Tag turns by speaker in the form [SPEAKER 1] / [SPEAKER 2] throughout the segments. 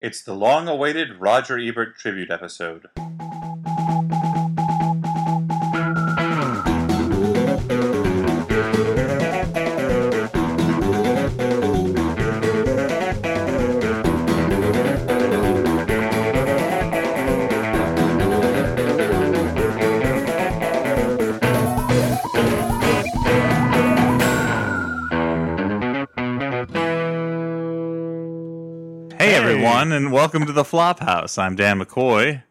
[SPEAKER 1] It's the long awaited Roger Ebert tribute episode. Hey, everyone, and welcome to the Flophouse. I'm Dan McCoy.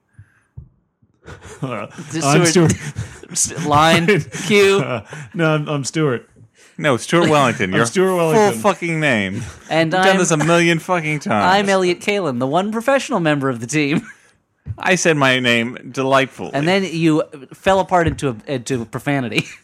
[SPEAKER 2] Just
[SPEAKER 3] I'm
[SPEAKER 2] Stuart- line cue
[SPEAKER 3] Uh, no, I'm, I'm Stuart.
[SPEAKER 1] No, Stuart Wellington. Your
[SPEAKER 3] Stuart Wellington.
[SPEAKER 1] full fucking name. We've
[SPEAKER 2] and
[SPEAKER 1] done
[SPEAKER 2] I'm,
[SPEAKER 1] this a million fucking times.
[SPEAKER 2] I'm Elliot Kalin, the one professional member of the team.
[SPEAKER 1] I said my name delightfully.
[SPEAKER 2] And then you fell apart into a, into profanity.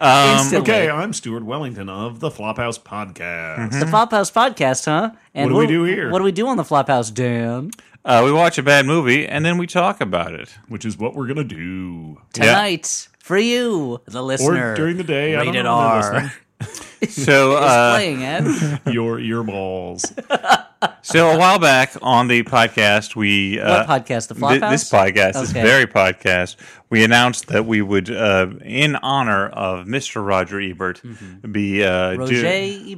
[SPEAKER 2] Instantly.
[SPEAKER 3] Okay, I'm Stuart Wellington of the Flophouse Podcast.
[SPEAKER 2] The Flophouse podcast, huh? And
[SPEAKER 3] Hmm? What do we do here?
[SPEAKER 2] What do we do on the Flophouse, Dan?
[SPEAKER 1] uh, we watch a bad movie and then we talk about it.
[SPEAKER 3] Which is what we're going to do.
[SPEAKER 2] Tonight, for you, the
[SPEAKER 3] Or
[SPEAKER 2] listener.
[SPEAKER 3] during the day. I don't
[SPEAKER 2] rated
[SPEAKER 3] know when they're
[SPEAKER 2] R.
[SPEAKER 1] So, uh,
[SPEAKER 2] playing it.
[SPEAKER 3] listening. Your ear balls.
[SPEAKER 1] so a while back on the podcast, we uh,
[SPEAKER 2] What podcast? The
[SPEAKER 1] Thi-
[SPEAKER 2] Flophouse?
[SPEAKER 1] this podcast, this
[SPEAKER 2] Okay.
[SPEAKER 1] very podcast, we announced that we would, uh, in honor of Mr. Roger Ebert, be uh, do-
[SPEAKER 2] Mm-hmm. Roger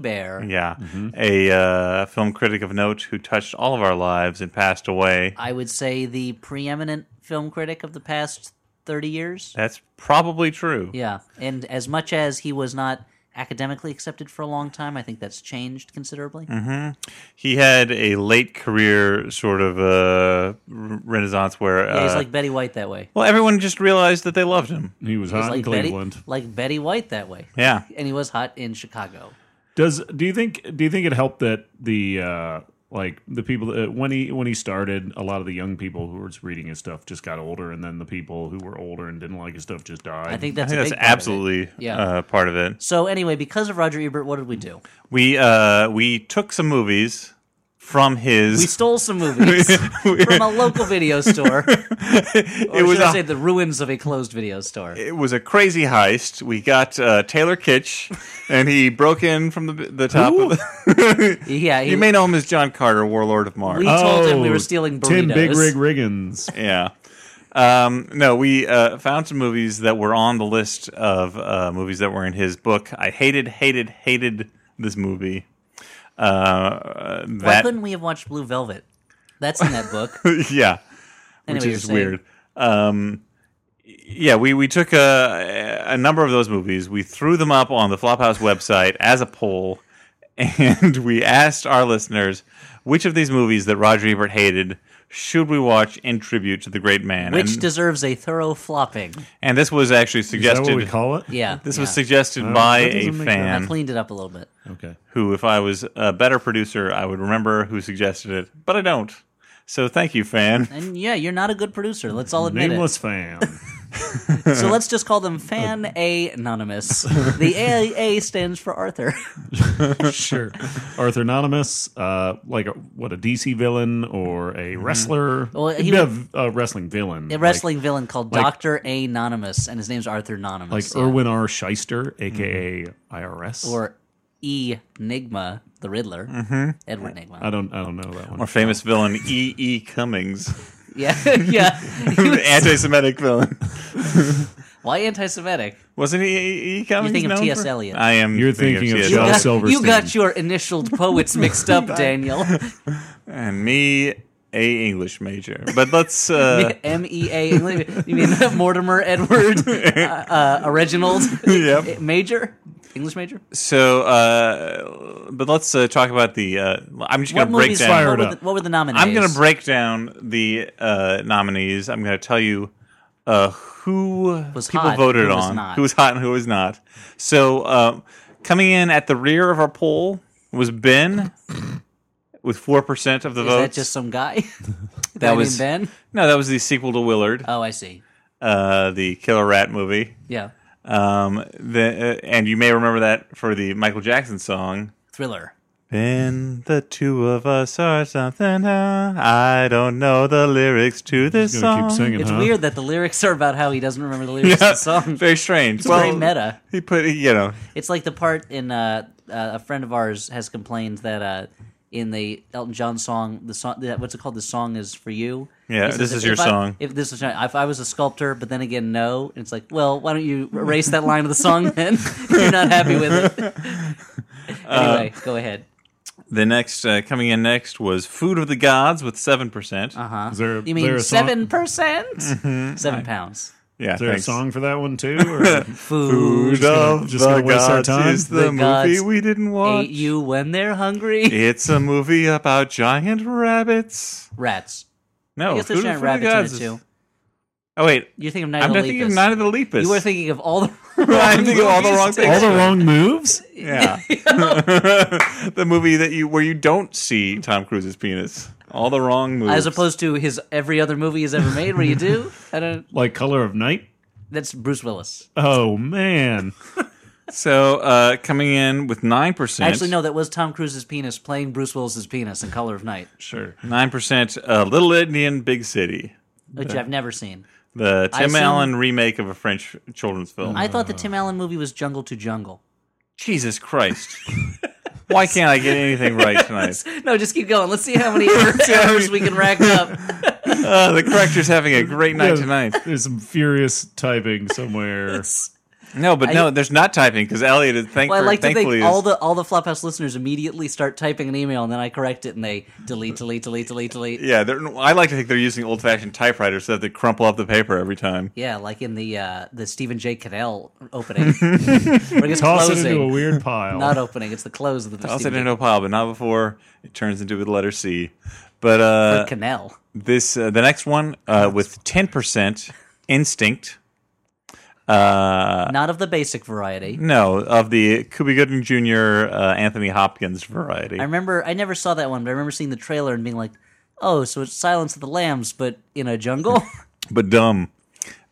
[SPEAKER 2] Ebert.
[SPEAKER 1] yeah,
[SPEAKER 2] Mm-hmm.
[SPEAKER 1] a uh, film critic of note who touched all of our lives and passed away.
[SPEAKER 2] I would say the preeminent film critic of the past 30 years.
[SPEAKER 1] That's probably true.
[SPEAKER 2] Yeah, and as much as he was not academically accepted for a long time, I think that's changed considerably.
[SPEAKER 1] Mm-hmm. He had a late career sort of uh, re- renaissance where,
[SPEAKER 2] Yeah, he's
[SPEAKER 1] uh,
[SPEAKER 2] like Betty White that way.
[SPEAKER 1] well, everyone just realized that they loved him.
[SPEAKER 3] He was
[SPEAKER 2] He's
[SPEAKER 3] hot in
[SPEAKER 2] like Betty,
[SPEAKER 3] Cleveland.
[SPEAKER 2] like Betty White that way.
[SPEAKER 1] Yeah,
[SPEAKER 2] And he was hot in Chicago.
[SPEAKER 3] Does do you think do you think it helped that the uh, like the people that, uh, when he when he started, a lot of the young people who were reading his stuff just got older, and then the people who were older and didn't like his stuff just died.
[SPEAKER 2] I think
[SPEAKER 1] I
[SPEAKER 2] that's,
[SPEAKER 1] think
[SPEAKER 2] a
[SPEAKER 1] that's
[SPEAKER 2] big part of it.
[SPEAKER 1] absolutely
[SPEAKER 2] Yeah.
[SPEAKER 1] uh, part of it.
[SPEAKER 2] So anyway, because of Roger Ebert, what did we do?
[SPEAKER 1] We uh, we took some movies from his.
[SPEAKER 2] We stole some movies from a local video store.
[SPEAKER 1] it
[SPEAKER 2] Or
[SPEAKER 1] was
[SPEAKER 2] should I
[SPEAKER 1] a-
[SPEAKER 2] say the ruins of a closed video store.
[SPEAKER 1] it was a crazy heist. We got uh, Taylor Kitsch, and he broke in from the the top. Of the,
[SPEAKER 2] yeah, he,
[SPEAKER 1] you Oh, may know him as John Carter, Warlord of Mars.
[SPEAKER 2] We- told him we were stealing
[SPEAKER 3] Oh, Tim
[SPEAKER 2] burritos.
[SPEAKER 3] Big Rig Riggins.
[SPEAKER 1] yeah. Um, no, we uh, found some movies that were on the list of uh, movies that were in his book. I hated, hated, hated this movie. Uh,
[SPEAKER 2] why
[SPEAKER 1] that
[SPEAKER 2] couldn't we have watched Blue Velvet? That's in that book.
[SPEAKER 1] yeah,
[SPEAKER 2] Anyway,
[SPEAKER 1] which
[SPEAKER 2] you're
[SPEAKER 1] is
[SPEAKER 2] saying-
[SPEAKER 1] weird. Um, yeah, we we took a a number of those movies. We threw them up on the Flophouse website as a poll, and we asked our listeners which of these movies that Roger Ebert hated should we watch in tribute to the great man.
[SPEAKER 2] Which
[SPEAKER 1] and,
[SPEAKER 2] deserves a thorough flopping.
[SPEAKER 1] and this was actually
[SPEAKER 3] Is that what we
[SPEAKER 1] suggested.
[SPEAKER 3] call it?
[SPEAKER 2] Yeah.
[SPEAKER 1] This
[SPEAKER 2] yeah.
[SPEAKER 1] was suggested by
[SPEAKER 3] Oh, that
[SPEAKER 1] a
[SPEAKER 3] doesn't make sense.
[SPEAKER 2] I
[SPEAKER 1] fan
[SPEAKER 2] cleaned it up a little bit.
[SPEAKER 3] Okay.
[SPEAKER 1] who, if I was a better producer, I would remember who suggested it, but I don't. So thank you, fan.
[SPEAKER 2] And yeah, you're not a good producer. Let's all admit
[SPEAKER 3] Nameless fan.
[SPEAKER 2] it. So let's just call them Fan A Anonymous. The A A stands for Arthur.
[SPEAKER 3] sure. Arthur Anonymous, uh, like a, what a DC villain or a wrestler,
[SPEAKER 2] Mm-hmm. Well, he
[SPEAKER 3] He'd be a v- a wrestling villain,
[SPEAKER 2] A
[SPEAKER 3] like-
[SPEAKER 2] wrestling villain called Doctor Anonymous, and his name's Arthur
[SPEAKER 3] like
[SPEAKER 2] Anonymous.
[SPEAKER 3] Erwin R. Shyster, aka IRS.
[SPEAKER 2] Mm-hmm. or E Nigma, the Riddler.
[SPEAKER 3] Mm-hmm.
[SPEAKER 2] Edward Nigma.
[SPEAKER 3] I don't, I don't know that one.
[SPEAKER 1] Our famous villain E. E. Cummings,
[SPEAKER 2] yeah, yeah. He was-
[SPEAKER 1] anti-Semitic villain.
[SPEAKER 2] why anti-Semitic?
[SPEAKER 1] Wasn't he E. E. Cummings?
[SPEAKER 2] thinking of
[SPEAKER 1] known
[SPEAKER 2] T.S.
[SPEAKER 1] for-
[SPEAKER 2] Eliot.
[SPEAKER 1] I am.
[SPEAKER 3] You're thinking of
[SPEAKER 1] T.S.
[SPEAKER 3] Joel
[SPEAKER 2] You got,
[SPEAKER 1] Eliot.
[SPEAKER 2] you
[SPEAKER 3] Silverstein.
[SPEAKER 2] got your initialed poets mixed up, Daniel.
[SPEAKER 1] and me, a English major. But let's. Uh,
[SPEAKER 2] M E A. You mean Mortimer Edward uh, uh, Reginald?
[SPEAKER 1] Yep.
[SPEAKER 2] Major English major.
[SPEAKER 1] so, uh, but let's uh, talk about the. Uh, I'm just going
[SPEAKER 2] What
[SPEAKER 1] to break
[SPEAKER 2] movies? What
[SPEAKER 1] down.
[SPEAKER 3] Fired
[SPEAKER 2] were,
[SPEAKER 3] up.
[SPEAKER 2] the, what were the nominees?
[SPEAKER 1] I'm going to break down the uh, nominees. I'm going to tell you uh, who
[SPEAKER 2] Was
[SPEAKER 1] people
[SPEAKER 2] hot,
[SPEAKER 1] voted
[SPEAKER 2] who was
[SPEAKER 1] on,
[SPEAKER 2] not.
[SPEAKER 1] who was hot and who was not. So, uh, coming in at the rear of our poll was Ben. With four percent of the
[SPEAKER 2] Is
[SPEAKER 1] votes,
[SPEAKER 2] that just some guy?
[SPEAKER 1] That was-
[SPEAKER 2] Ben.
[SPEAKER 1] No, that was the sequel to Willard,
[SPEAKER 2] Oh, I see.
[SPEAKER 1] uh, the Killer Rat movie.
[SPEAKER 2] Yeah,
[SPEAKER 1] Um, the, uh, and you may remember that for the Michael Jackson song.
[SPEAKER 2] thriller.
[SPEAKER 1] Then the two of us are something. uh, I don't know the lyrics to this
[SPEAKER 3] He's gonna
[SPEAKER 1] song.
[SPEAKER 3] keep singing,
[SPEAKER 2] It's
[SPEAKER 3] huh?
[SPEAKER 2] weird that the lyrics are about how he doesn't remember the lyrics of the song.
[SPEAKER 1] Very strange.
[SPEAKER 2] It's very meta.
[SPEAKER 1] He put, you know,
[SPEAKER 2] It's like the part in uh, uh, a friend of ours has complained that uh, in the Elton John song. The song, that- what's it called? The song is for you.
[SPEAKER 1] Yeah,
[SPEAKER 2] He says,
[SPEAKER 1] this is
[SPEAKER 2] "If-
[SPEAKER 1] your
[SPEAKER 2] if I-
[SPEAKER 1] song."
[SPEAKER 2] If this was if I was a sculptor, but then again, no. And it's like, well, why don't you erase that line of the song then? if you're not happy with it.
[SPEAKER 1] Uh,
[SPEAKER 2] anyway, go ahead.
[SPEAKER 1] The next uh, coming in next was Food of the Gods with seven percent.
[SPEAKER 2] Uh huh.
[SPEAKER 3] Is there-
[SPEAKER 2] you
[SPEAKER 3] there
[SPEAKER 2] mean
[SPEAKER 3] a song-
[SPEAKER 2] seven percent?
[SPEAKER 1] Mm-hmm.
[SPEAKER 2] Seven pounds.
[SPEAKER 1] Yeah,
[SPEAKER 3] Is there
[SPEAKER 1] thanks.
[SPEAKER 3] a song for that one too? Or
[SPEAKER 2] Food.
[SPEAKER 3] Just gonna- just gonna waste our time?
[SPEAKER 1] is the,
[SPEAKER 2] The
[SPEAKER 1] movie
[SPEAKER 2] gods
[SPEAKER 1] we didn't watch.
[SPEAKER 2] Eat you when they're hungry.
[SPEAKER 1] It's a movie about giant rabbits.
[SPEAKER 2] Rats.
[SPEAKER 1] No,
[SPEAKER 2] I
[SPEAKER 1] Oh,
[SPEAKER 2] guess
[SPEAKER 1] Food
[SPEAKER 2] there's
[SPEAKER 1] of-
[SPEAKER 2] giant
[SPEAKER 1] Food of the
[SPEAKER 2] rabbits
[SPEAKER 1] Gods
[SPEAKER 2] in it
[SPEAKER 1] is-
[SPEAKER 2] too.
[SPEAKER 1] Oh wait,
[SPEAKER 2] You're thinking of Night
[SPEAKER 1] I'm
[SPEAKER 2] of
[SPEAKER 1] not
[SPEAKER 2] the
[SPEAKER 1] thinking
[SPEAKER 2] Lepus.
[SPEAKER 1] of Night of the Lepus.
[SPEAKER 2] You were thinking of all the.
[SPEAKER 1] I'm thinking of all the
[SPEAKER 2] movies
[SPEAKER 1] wrong
[SPEAKER 2] to-
[SPEAKER 1] things.
[SPEAKER 3] all the wrong moves?
[SPEAKER 1] Yeah. the movie that you where you don't see Tom Cruise's penis. All the wrong movies.
[SPEAKER 2] As opposed to his every other movie he's ever made, where you do. I don't.
[SPEAKER 3] Like Color of Night?
[SPEAKER 2] That's Bruce Willis.
[SPEAKER 3] Oh man.
[SPEAKER 1] so uh, coming in with nine percent.
[SPEAKER 2] Actually, no, that was Tom Cruise's penis playing Bruce Willis's penis in Color of Night,
[SPEAKER 3] Sure.
[SPEAKER 1] Nine percent. Uh, Little Indian Big City,
[SPEAKER 2] which I've never seen.
[SPEAKER 1] the Tim
[SPEAKER 2] seen-
[SPEAKER 1] Allen remake of a French children's film.
[SPEAKER 2] I thought the Tim Allen movie was Jungle to Jungle.
[SPEAKER 1] Jesus Christ! Why can't I get anything right tonight?
[SPEAKER 2] No, just keep going. Let's see how many errors we can rack up.
[SPEAKER 1] Uh, the corrector's having a great night
[SPEAKER 3] Yeah,
[SPEAKER 1] tonight.
[SPEAKER 3] There's some furious typing somewhere.
[SPEAKER 1] No, but no, there's not typing because Elliot is thankful.
[SPEAKER 2] Well, I like to
[SPEAKER 1] thankfully is-
[SPEAKER 2] think all the all the Flophouse listeners immediately start typing an email, and then I correct it, and they delete, delete, delete, delete, delete.
[SPEAKER 1] Yeah, they're, I like to think they're using old-fashioned typewriters so that they crumple up the paper every time.
[SPEAKER 2] Yeah, like in the uh, the Stephen J. Cannell opening, or it's
[SPEAKER 3] Toss
[SPEAKER 2] closing,
[SPEAKER 3] it into a weweird pile.
[SPEAKER 2] not opening. It's the close of the
[SPEAKER 1] I'll
[SPEAKER 2] Stephen
[SPEAKER 1] send it
[SPEAKER 2] J.
[SPEAKER 1] into a pile, but not before it turns into the letter C. But uh,
[SPEAKER 2] Cannell.
[SPEAKER 1] this uh, the next one uh, with ten percent instinct. Uh, Mm.
[SPEAKER 2] Not of the basic variety.
[SPEAKER 1] no, of the Cuba Gooding Jr. Uh, Anthony Hopkins variety.
[SPEAKER 2] I remember I never saw that one, but I remember seeing the trailer and being like, "Oh, so it's Silence of the Lambs, but in a jungle."
[SPEAKER 1] but dumb.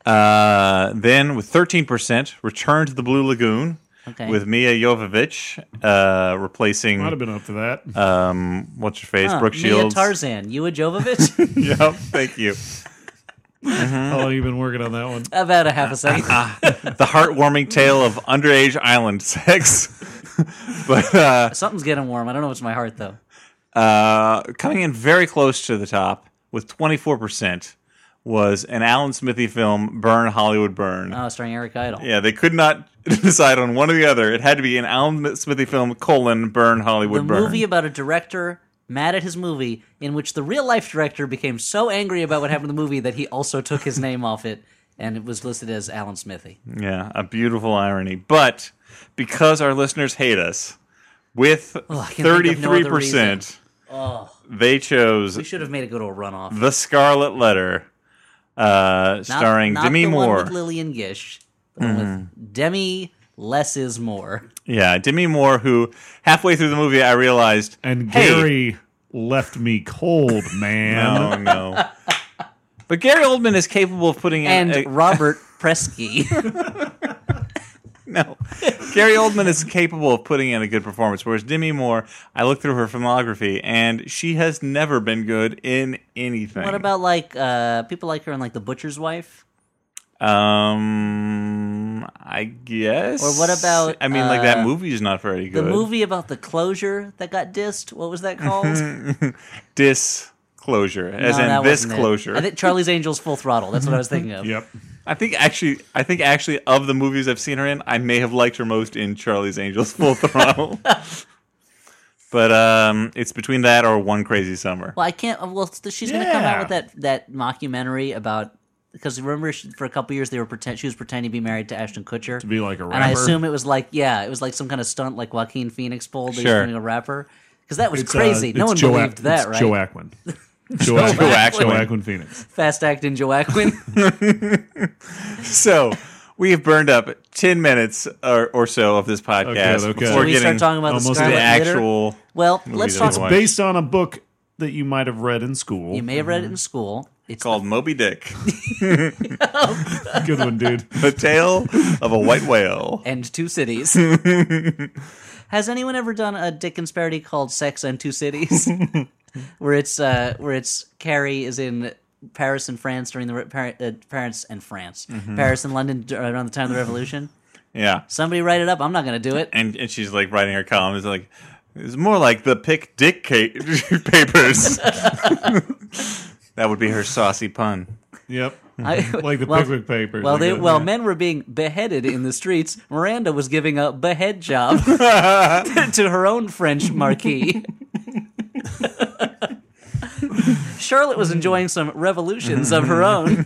[SPEAKER 1] Uh, then with thirteen percent, Return to the Blue Lagoon
[SPEAKER 2] Okay.
[SPEAKER 1] with Mia Jovovich uh, replacing
[SPEAKER 3] Might have been up for that.
[SPEAKER 1] um, what's her face, Brooke
[SPEAKER 2] Mia
[SPEAKER 1] Shields.
[SPEAKER 2] Tarzan, you a Jovovich?
[SPEAKER 1] yep, thank you.
[SPEAKER 3] How long you been working on that one?
[SPEAKER 2] About a half a second.
[SPEAKER 1] The heartwarming tale of underage island sex. but uh,
[SPEAKER 2] Something's getting warm. I don't know what's in my heart though.
[SPEAKER 1] uh, coming in very close to the top with 24% was an Alan Smithy film, Burn Hollywood Burn.
[SPEAKER 2] Oh, starring Eric Idle.
[SPEAKER 1] yeah, they could not decide on one or the other. It had to be an Alan Smithy film, colon, Burn Hollywood
[SPEAKER 2] a
[SPEAKER 1] Burn.
[SPEAKER 2] movie about a director mad at his movie in which the real life director became so angry about what happened to the movie that he also took his name off it and it was listed as Alan Smithy.
[SPEAKER 1] yeah, a beautiful irony. But because our listeners hate us, with
[SPEAKER 2] I can think of no other
[SPEAKER 1] 33%, they chose
[SPEAKER 2] We should have made it go to a runoff.
[SPEAKER 1] The Scarlet Letter, uh,
[SPEAKER 2] Not-
[SPEAKER 1] starring
[SPEAKER 2] not
[SPEAKER 1] Demi
[SPEAKER 2] the
[SPEAKER 1] Moore. Mm-hmm.
[SPEAKER 2] One with Lillian Gish, the one with Demi Less is More.
[SPEAKER 1] yeah, Demi Moore, who halfway through the movie I realized,
[SPEAKER 3] And
[SPEAKER 1] hey,
[SPEAKER 3] Gary left me cold, man.
[SPEAKER 1] oh no. But Gary Oldman is capable of putting in
[SPEAKER 2] And
[SPEAKER 1] a-
[SPEAKER 2] Robert Presky.
[SPEAKER 1] no. Gary Oldman is capable of putting in a good performance. Whereas Demi Moore, I looked through her filmography, and she has never been good in anything.
[SPEAKER 2] what about like uh, people like her in like The Butcher's Wife?
[SPEAKER 1] Um, I guess.
[SPEAKER 2] Or what about,
[SPEAKER 1] I mean, like that
[SPEAKER 2] uh,
[SPEAKER 1] movie is not very
[SPEAKER 2] The
[SPEAKER 1] good.
[SPEAKER 2] movie about the closure that got dissed. What was that called?
[SPEAKER 1] Disclosure, Mm-hmm. as
[SPEAKER 2] No,
[SPEAKER 1] in
[SPEAKER 2] that
[SPEAKER 1] this
[SPEAKER 2] wasn't it.
[SPEAKER 1] closure.
[SPEAKER 2] I think Charlie's Angels Full Throttle. That's what I was thinking of.
[SPEAKER 3] Yep.
[SPEAKER 1] I think actually, I think actually, of the movies I've seen her in, I may have liked her most in Charlie's Angels Full Throttle. but um, it's between that or One Crazy Summer.
[SPEAKER 2] Well, I can't. Well, th- she's going to come out
[SPEAKER 3] Yeah.
[SPEAKER 2] with that that mockumentary about because remember she, for a couple years they were pretend she was pretending to be married to Ashton Kutcher to
[SPEAKER 3] be like a
[SPEAKER 2] And I
[SPEAKER 3] rapper.
[SPEAKER 2] assume it was like yeah, it was like some kind of stunt like Joaquin Phoenix pulled. that he was
[SPEAKER 1] Sure.
[SPEAKER 2] doing a rapper because that was
[SPEAKER 3] It's, uh,
[SPEAKER 2] crazy. no
[SPEAKER 3] it's
[SPEAKER 2] one
[SPEAKER 3] Joe Ac-
[SPEAKER 2] believed that,
[SPEAKER 3] it's
[SPEAKER 2] right?
[SPEAKER 3] Joe Aquin. Joe Aquin. Joe
[SPEAKER 1] Aquin.
[SPEAKER 3] Aquin Phoenix.
[SPEAKER 2] Fast acting Joaquin.
[SPEAKER 1] So we have burned up ten minutes or, or so of this podcast
[SPEAKER 3] Okay, okay.
[SPEAKER 1] before
[SPEAKER 3] So
[SPEAKER 2] we
[SPEAKER 1] getting
[SPEAKER 2] start talking about the
[SPEAKER 3] almost
[SPEAKER 1] to
[SPEAKER 2] Scarlet
[SPEAKER 1] the
[SPEAKER 3] the
[SPEAKER 2] Letter.
[SPEAKER 1] actual.
[SPEAKER 2] Well, let's
[SPEAKER 1] that
[SPEAKER 2] talk.
[SPEAKER 1] we watched.
[SPEAKER 3] Based on a book that you might have read in school.
[SPEAKER 2] You may have read it in school. It's
[SPEAKER 1] Called Moby Dick,
[SPEAKER 3] Good one, dude.
[SPEAKER 1] the tale of a white whale.
[SPEAKER 2] and two cities. Has anyone ever done a Dickens parody called "Sex and Two Cities," where it's uh, where it's Carrie is in Paris and France during the re- par- uh, Paris and France,
[SPEAKER 3] Mm-hmm.
[SPEAKER 2] Paris and London dur- around the time of the Revolution?
[SPEAKER 1] Yeah,
[SPEAKER 2] Somebody write it up. I'm not going to do it.
[SPEAKER 1] and and she's like writing her columns like It's more like the pick dick ca- papers. that would be her saucy pun.
[SPEAKER 3] Yep.
[SPEAKER 2] I-
[SPEAKER 3] Like uh, the
[SPEAKER 2] well,
[SPEAKER 3] Pickwick Papers.
[SPEAKER 2] Well,
[SPEAKER 3] I
[SPEAKER 2] they,
[SPEAKER 3] guess,
[SPEAKER 2] well,
[SPEAKER 3] yeah.
[SPEAKER 2] men were being beheaded in the streets. Miranda was giving a behead job to her own French marquis. Charlotte was enjoying some revolutions of her own.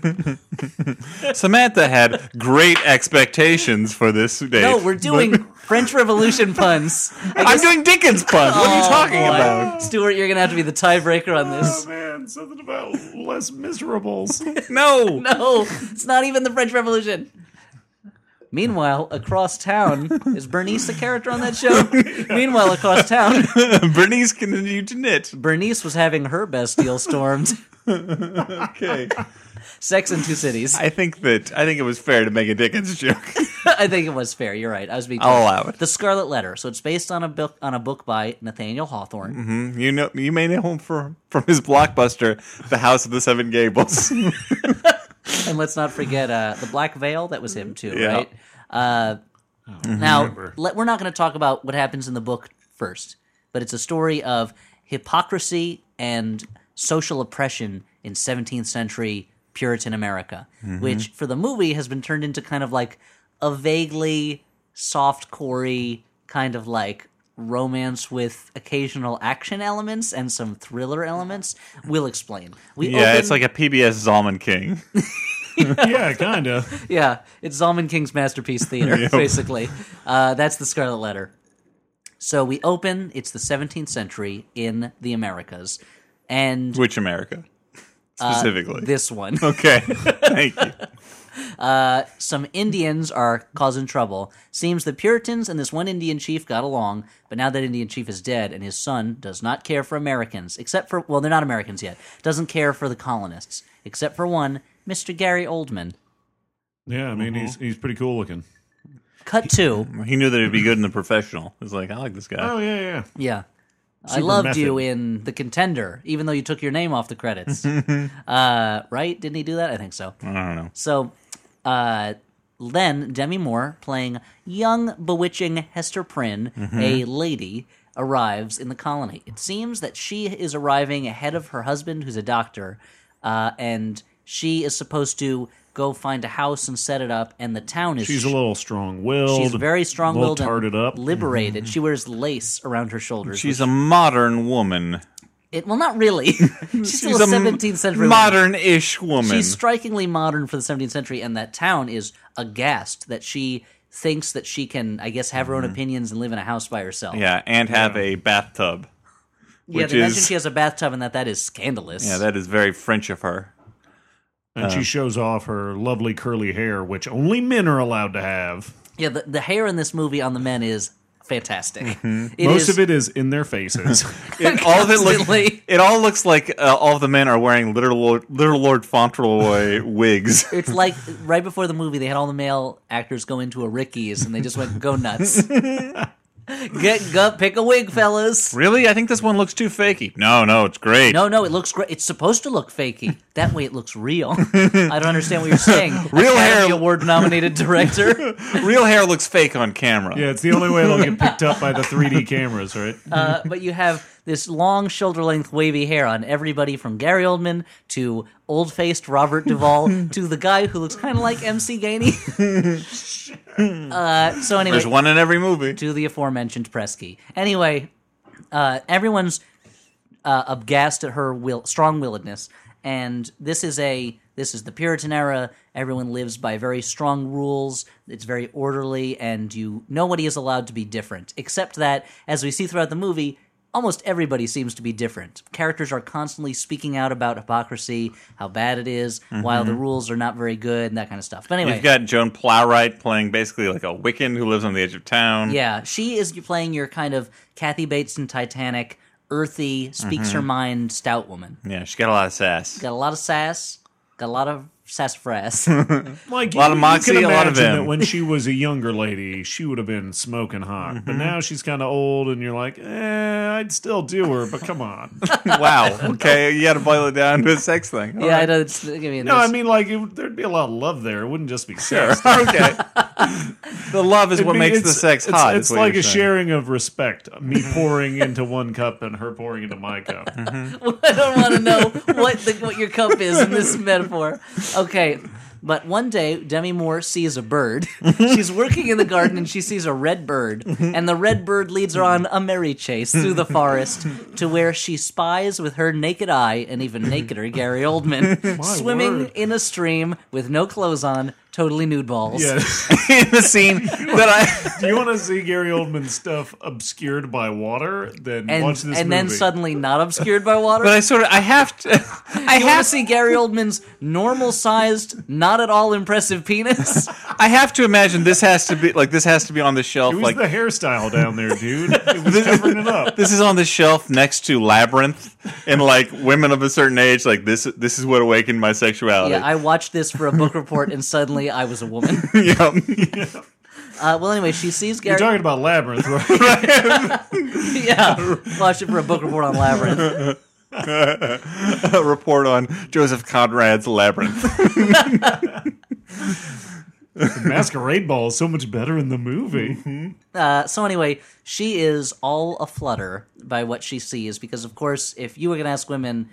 [SPEAKER 1] Samantha had great expectations for this date.
[SPEAKER 2] No, we're doing French Revolution puns.
[SPEAKER 1] I'm doing Dickens puns. What are you
[SPEAKER 2] Oh,
[SPEAKER 1] talking
[SPEAKER 2] boy.
[SPEAKER 1] about?
[SPEAKER 2] Stuart, you're going to have to be the tiebreaker on
[SPEAKER 3] Oh
[SPEAKER 2] this.
[SPEAKER 3] man, something about less miserables.
[SPEAKER 1] No.
[SPEAKER 2] No, it's not even the French Revolution. Meanwhile, across town is Bernice the character on that show. Meanwhile, across town,
[SPEAKER 1] Bernice continued to knit.
[SPEAKER 2] Bernice was having her Bastille stormed.
[SPEAKER 1] Okay.
[SPEAKER 2] Sex in Two Cities. I,
[SPEAKER 1] I think that I think it was fair to make a Dickens joke.
[SPEAKER 2] think it was fair. You're right. I was being.
[SPEAKER 1] I'll allow it.
[SPEAKER 2] The Scarlet Letter. So it's based on a book on a book by Nathaniel Hawthorne.
[SPEAKER 1] You know, you may know him from from his blockbuster, The House of the Seven Gables.
[SPEAKER 2] And let's not forget uh, the Black Veil. That was him too,
[SPEAKER 1] Yeah.
[SPEAKER 2] right? Uh,
[SPEAKER 1] Oh,
[SPEAKER 2] now
[SPEAKER 3] remember.
[SPEAKER 2] let, we're not going to talk about what happens in the book first, but it's a story of hypocrisy and social oppression in 17th century Puritan America,
[SPEAKER 1] Mm-hmm.
[SPEAKER 2] which for the movie has been turned into kind of like a vaguely soft corey kind of like romance with occasional action elements and some thriller elements. We'll explain. We
[SPEAKER 1] yeah,
[SPEAKER 2] open-
[SPEAKER 1] it's like a PBS Zalman King.
[SPEAKER 3] yeah, kinda.
[SPEAKER 2] yeah, it's Zalman King's masterpiece theater, basically. Uh, that's the Scarlet Letter. So we open. It's the 17th century in the Americas, and
[SPEAKER 1] Which America?
[SPEAKER 2] Uh,
[SPEAKER 1] Specifically.
[SPEAKER 2] this one,
[SPEAKER 1] okay. Thank you.
[SPEAKER 2] some Indians are causing trouble. Seems the Puritans and this one Indian chief got along, but now that Indian chief is dead, and his son does not care for Americans, except for well, they're not Americans yet. Doesn't care for the colonists, except for one, Mister Gary Oldman.
[SPEAKER 3] Yeah, I mean he's he's pretty cool looking.
[SPEAKER 2] Cut two.
[SPEAKER 1] He knew that it'd be good in the professional. He's like, I like this guy.
[SPEAKER 3] Oh yeah, yeah.
[SPEAKER 2] Yeah. I
[SPEAKER 3] Super
[SPEAKER 2] loved
[SPEAKER 3] method.
[SPEAKER 2] you in The Contender, even though you took your name off the credits. uh, right? Didn't he do that? I think so.
[SPEAKER 1] I don't know.
[SPEAKER 2] So uh, then Demi Moore, playing young, bewitching Hester Prynne, a lady, arrives in the colony. It seems that she is arriving ahead of her husband, who's a doctor, uh, and she is supposed to go find a house and set it up, and the town is
[SPEAKER 3] She's
[SPEAKER 2] sh-
[SPEAKER 3] a little strong willed.
[SPEAKER 2] She's very strong-willed,
[SPEAKER 3] A little
[SPEAKER 2] and
[SPEAKER 3] tarted up.
[SPEAKER 2] liberated. She wears lace around her shoulders.
[SPEAKER 1] She's a modern woman.
[SPEAKER 2] It well, not really. She's still
[SPEAKER 1] She's
[SPEAKER 2] a
[SPEAKER 1] m-
[SPEAKER 2] seventeenth century woman.
[SPEAKER 1] modern-ish woman.
[SPEAKER 2] She's strikingly modern for the seventeenth century, and that town is aghast that she thinks that she can, I guess, have her own opinions and live in a house by herself.
[SPEAKER 1] Mm-hmm. yeah, and have a bathtub.
[SPEAKER 2] yeah.
[SPEAKER 1] which
[SPEAKER 2] They mention
[SPEAKER 1] is-
[SPEAKER 2] she has a bathtub, and that that is scandalous.
[SPEAKER 1] Yeah, that is very French of her.
[SPEAKER 3] and she shows off her lovely curly hair, which only men are allowed to have.
[SPEAKER 2] Yeah, the, the hair in this movie on the men is fantastic.
[SPEAKER 3] Most of it is in their faces.
[SPEAKER 1] Mm-hmm. It, all of it looks.
[SPEAKER 2] Constantly.
[SPEAKER 1] It all looks like uh, all of the men are wearing Little Lord, Little Lord Fauntleroy wigs.
[SPEAKER 2] It's like right before the movie, they had all the male actors go into a Ricky's, and they just went go nuts. Get go, pick a wig, fellas.
[SPEAKER 1] Really? I think this one looks too fakey. No, no, it's great.
[SPEAKER 2] No, no, it looks great. It's supposed to look fakey. That way, it looks real. I don't understand what you're saying.
[SPEAKER 1] Real
[SPEAKER 2] Academy
[SPEAKER 1] hair-
[SPEAKER 2] Award-nominated director.
[SPEAKER 1] Real hair looks fake on camera.
[SPEAKER 3] yeah, it's the only way they'll get picked up by the 3D cameras, right?
[SPEAKER 2] Uh, but you have this long shoulder-length wavy hair on everybody from Gary Oldman to old-faced Robert Duvall to the guy who looks kind of like MC Gainey. uh, so anyway,
[SPEAKER 1] There's one in every movie.
[SPEAKER 2] to the aforementioned Presky. Anyway, uh, everyone's uh, aghast at her will, strong-willedness, and this is a this is the Puritan era. Everyone lives by very strong rules. It's very orderly, and you nobody is allowed to be different, except that as we see throughout the movie. Almost everybody seems to be different. Characters are constantly speaking out about hypocrisy, how bad it is, while the rules are not very good, and that kind of stuff. But anyway,
[SPEAKER 1] You've got Joan Plowright playing basically like a Wiccan who lives on the edge of town.
[SPEAKER 2] Yeah, she is playing your kind of Kathy Bates in Titanic, earthy, speaks her mind, stout woman.
[SPEAKER 1] Yeah, she's got a lot of sass.
[SPEAKER 2] Got a lot of sass. Got a lot of sassafras.
[SPEAKER 3] Like a
[SPEAKER 1] lot of moxie, a lot of
[SPEAKER 3] That
[SPEAKER 1] vim.
[SPEAKER 3] when she was a younger lady, she would have been smoking hot,
[SPEAKER 1] Mm-hmm.
[SPEAKER 3] but now she's kind of old, and you're like, eh, I'd still do her, but come on.
[SPEAKER 1] wow. Okay, you got to boil it down to a sex thing. All
[SPEAKER 2] yeah, I
[SPEAKER 1] right.
[SPEAKER 2] know. It's, I mean,
[SPEAKER 3] No, I
[SPEAKER 2] it's-
[SPEAKER 3] mean like it, there'd be a lot of love there. It wouldn't just be
[SPEAKER 1] Sure.
[SPEAKER 3] sex.
[SPEAKER 1] okay. the love is what
[SPEAKER 3] I mean,
[SPEAKER 1] makes the
[SPEAKER 3] it's-
[SPEAKER 1] sex
[SPEAKER 3] it's-
[SPEAKER 1] hot.
[SPEAKER 3] It's,
[SPEAKER 1] is what
[SPEAKER 3] like
[SPEAKER 1] you're
[SPEAKER 3] a
[SPEAKER 1] saying.
[SPEAKER 3] sharing of respect. Me pouring into one cup and her pouring into my cup.
[SPEAKER 2] I don't want to know what the, what your cup is in this metaphor. Okay. But one day, Demi Moore sees a bird. She's working in the garden and she sees a red bird. And the red bird leads her on a merry chase through the forest to where she spies with her naked eye and even nakeder Gary Oldman swimming
[SPEAKER 3] word.
[SPEAKER 2] in a stream with no clothes on, totally nude balls.
[SPEAKER 3] Yeah.
[SPEAKER 1] in the scene that
[SPEAKER 3] Do you want to see Gary Oldman's stuff obscured by water? Then
[SPEAKER 2] And,
[SPEAKER 3] watch this
[SPEAKER 2] and
[SPEAKER 3] movie.
[SPEAKER 2] then suddenly not obscured by water.
[SPEAKER 1] I, but I sort of, I have to, I
[SPEAKER 2] you want
[SPEAKER 1] have
[SPEAKER 2] to see Gary Oldman's normal sized, not at all impressive penis?
[SPEAKER 1] I have to imagine this has to be like this has to be on the shelf.
[SPEAKER 3] it was
[SPEAKER 1] like
[SPEAKER 3] the hairstyle down there, dude. It was covering it up.
[SPEAKER 1] this is on the shelf next to Labyrinth, and like women of a certain age, like this. This is what awakened my sexuality.
[SPEAKER 2] Yeah, I watched this for a book report, and suddenly I was a woman.
[SPEAKER 1] Yeah.
[SPEAKER 2] Uh, well, anyway, she sees
[SPEAKER 3] You're
[SPEAKER 2] Gary.
[SPEAKER 3] talking about labyrinth, right?
[SPEAKER 2] yeah, watched it for a book report on labyrinth.
[SPEAKER 1] a report on Joseph Conrad's Labyrinth.
[SPEAKER 3] Masquerade ball is so much better in the movie.
[SPEAKER 2] Uh, so anyway, she is all aflutter by what she sees because, of course, if you were going to ask women,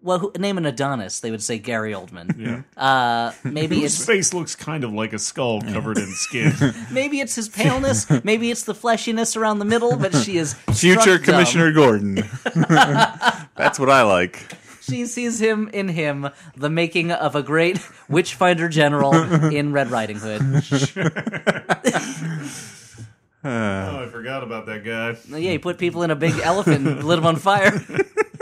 [SPEAKER 2] well, who, name an Adonis, they would say Gary Oldman.
[SPEAKER 3] Yeah.
[SPEAKER 2] Uh, maybe
[SPEAKER 3] His
[SPEAKER 2] it's
[SPEAKER 3] face looks kind of like a skull covered in skin.
[SPEAKER 2] maybe it's his paleness, maybe it's the fleshiness around the middle, but she is
[SPEAKER 1] Future
[SPEAKER 2] struck dumb.
[SPEAKER 1] Commissioner Gordon. That's what I like.
[SPEAKER 2] She sees him in him, the making of a great witchfinder general in Red Riding Hood.
[SPEAKER 3] oh, I forgot about that guy.
[SPEAKER 2] Yeah, he put people in a big elephant and lit him on fire.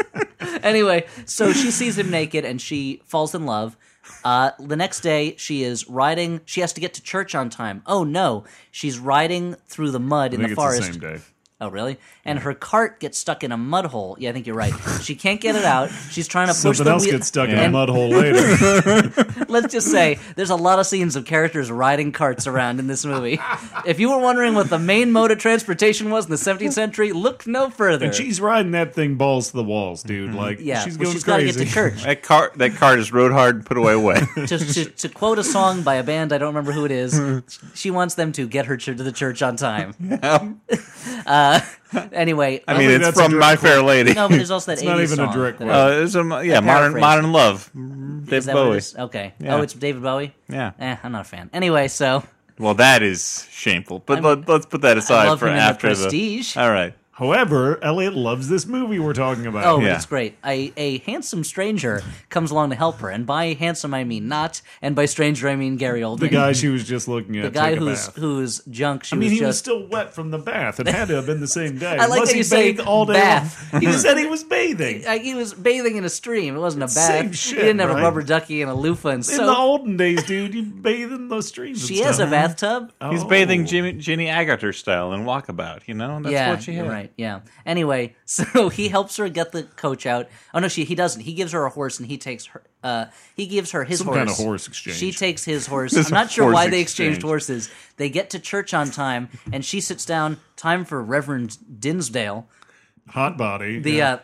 [SPEAKER 2] anyway, so she sees him naked and she falls in love. Uh, the next day, she is riding. She has to get to church on time. Oh no, she's riding through the mud in
[SPEAKER 3] I think
[SPEAKER 2] the
[SPEAKER 3] it's
[SPEAKER 2] forest.
[SPEAKER 3] the same day.
[SPEAKER 2] Oh really? And her cart gets stuck in a mud hole. Yeah, I think you're right. She can't get it out. She's trying to push
[SPEAKER 3] Something
[SPEAKER 2] the
[SPEAKER 3] else
[SPEAKER 2] wheel-
[SPEAKER 3] gets stuck in
[SPEAKER 2] Yeah.
[SPEAKER 3] a mud hole later.
[SPEAKER 2] Let's just say there's a lot of scenes of characters riding carts around in this movie. If you were wondering what the main mode of transportation was in the 17th century, look no further.
[SPEAKER 3] she's riding that thing balls to the walls, dude. Like,
[SPEAKER 2] yeah,
[SPEAKER 3] she's
[SPEAKER 2] well,
[SPEAKER 3] going
[SPEAKER 2] she's got to
[SPEAKER 3] crazy.
[SPEAKER 2] get to church.
[SPEAKER 1] That car, that car just rode hard and put away away.
[SPEAKER 2] to, to, to quote a song by a band, I don't remember who it is, she wants them to get her ch- to the church on time. uh, anyway,
[SPEAKER 1] I mean,
[SPEAKER 3] think
[SPEAKER 1] it's
[SPEAKER 3] that's a
[SPEAKER 1] from
[SPEAKER 3] direct
[SPEAKER 1] My Fair Lady.
[SPEAKER 2] no, but there's also that
[SPEAKER 3] It's not
[SPEAKER 2] 80s
[SPEAKER 3] even a
[SPEAKER 2] song.
[SPEAKER 3] direct
[SPEAKER 2] that-
[SPEAKER 3] one.
[SPEAKER 1] Uh, it's a, yeah, modern
[SPEAKER 2] paraphrase.
[SPEAKER 1] modern love.
[SPEAKER 2] Is
[SPEAKER 1] David
[SPEAKER 2] that what it
[SPEAKER 1] Bowie.
[SPEAKER 2] is? Okay.
[SPEAKER 1] Yeah.
[SPEAKER 2] Oh, it's David Bowie?
[SPEAKER 1] Yeah.
[SPEAKER 2] Eh, I'm not a fan. Anyway, so
[SPEAKER 1] Well, that is shameful. But
[SPEAKER 2] mean,
[SPEAKER 1] let, us put that aside
[SPEAKER 2] love
[SPEAKER 1] for
[SPEAKER 2] him in The
[SPEAKER 1] after
[SPEAKER 2] Prestige.
[SPEAKER 1] All right.
[SPEAKER 3] However, Elliot loves this movie we're talking about.
[SPEAKER 2] Oh,
[SPEAKER 1] Yeah.
[SPEAKER 2] it's great. A, a handsome stranger comes along to help her, and by handsome I mean not, and by stranger I mean Gary Oldman,
[SPEAKER 3] The guy she was just looking at.
[SPEAKER 2] The guy
[SPEAKER 3] took a
[SPEAKER 2] whose
[SPEAKER 3] bath.
[SPEAKER 2] whose junk she
[SPEAKER 3] I mean,
[SPEAKER 2] was
[SPEAKER 3] he
[SPEAKER 2] just.
[SPEAKER 3] was still wet from the bath. It had to have been the same day.
[SPEAKER 2] I like
[SPEAKER 3] Unless
[SPEAKER 2] that you
[SPEAKER 3] he
[SPEAKER 2] say
[SPEAKER 3] bathed all day.
[SPEAKER 2] bath.
[SPEAKER 3] long. He said he was bathing.
[SPEAKER 2] like, he was bathing in a stream. It wasn't a
[SPEAKER 3] same
[SPEAKER 2] bath.
[SPEAKER 3] shit,
[SPEAKER 2] he didn't have a
[SPEAKER 3] right?
[SPEAKER 2] rubber ducky and a loofah and
[SPEAKER 3] in the
[SPEAKER 2] soap.
[SPEAKER 3] olden days, dude, you bathe in those streams.
[SPEAKER 2] She
[SPEAKER 3] and
[SPEAKER 2] has a
[SPEAKER 3] stuff.
[SPEAKER 2] bathtub.
[SPEAKER 1] He's
[SPEAKER 3] Oh.
[SPEAKER 1] bathing Jimmy, Ginny Agutter style in Walkabout. You know, that's
[SPEAKER 2] yeah,
[SPEAKER 1] what she had.
[SPEAKER 2] you're right. Yeah. Anyway, so he helps her get the coach out. Oh no, she he doesn't. He gives her a horse, and he takes her. Uh, he gives her his
[SPEAKER 3] Some
[SPEAKER 2] horse.
[SPEAKER 3] kind of horse exchange.
[SPEAKER 2] She takes his horse.
[SPEAKER 1] This
[SPEAKER 2] I'm not sure
[SPEAKER 1] horse
[SPEAKER 2] why they exchanged
[SPEAKER 1] exchange.
[SPEAKER 2] horses. They get to church on time, and she sits down. Time for Reverend Dinsdale.
[SPEAKER 3] Hot body.
[SPEAKER 2] The
[SPEAKER 3] yeah.
[SPEAKER 2] uh,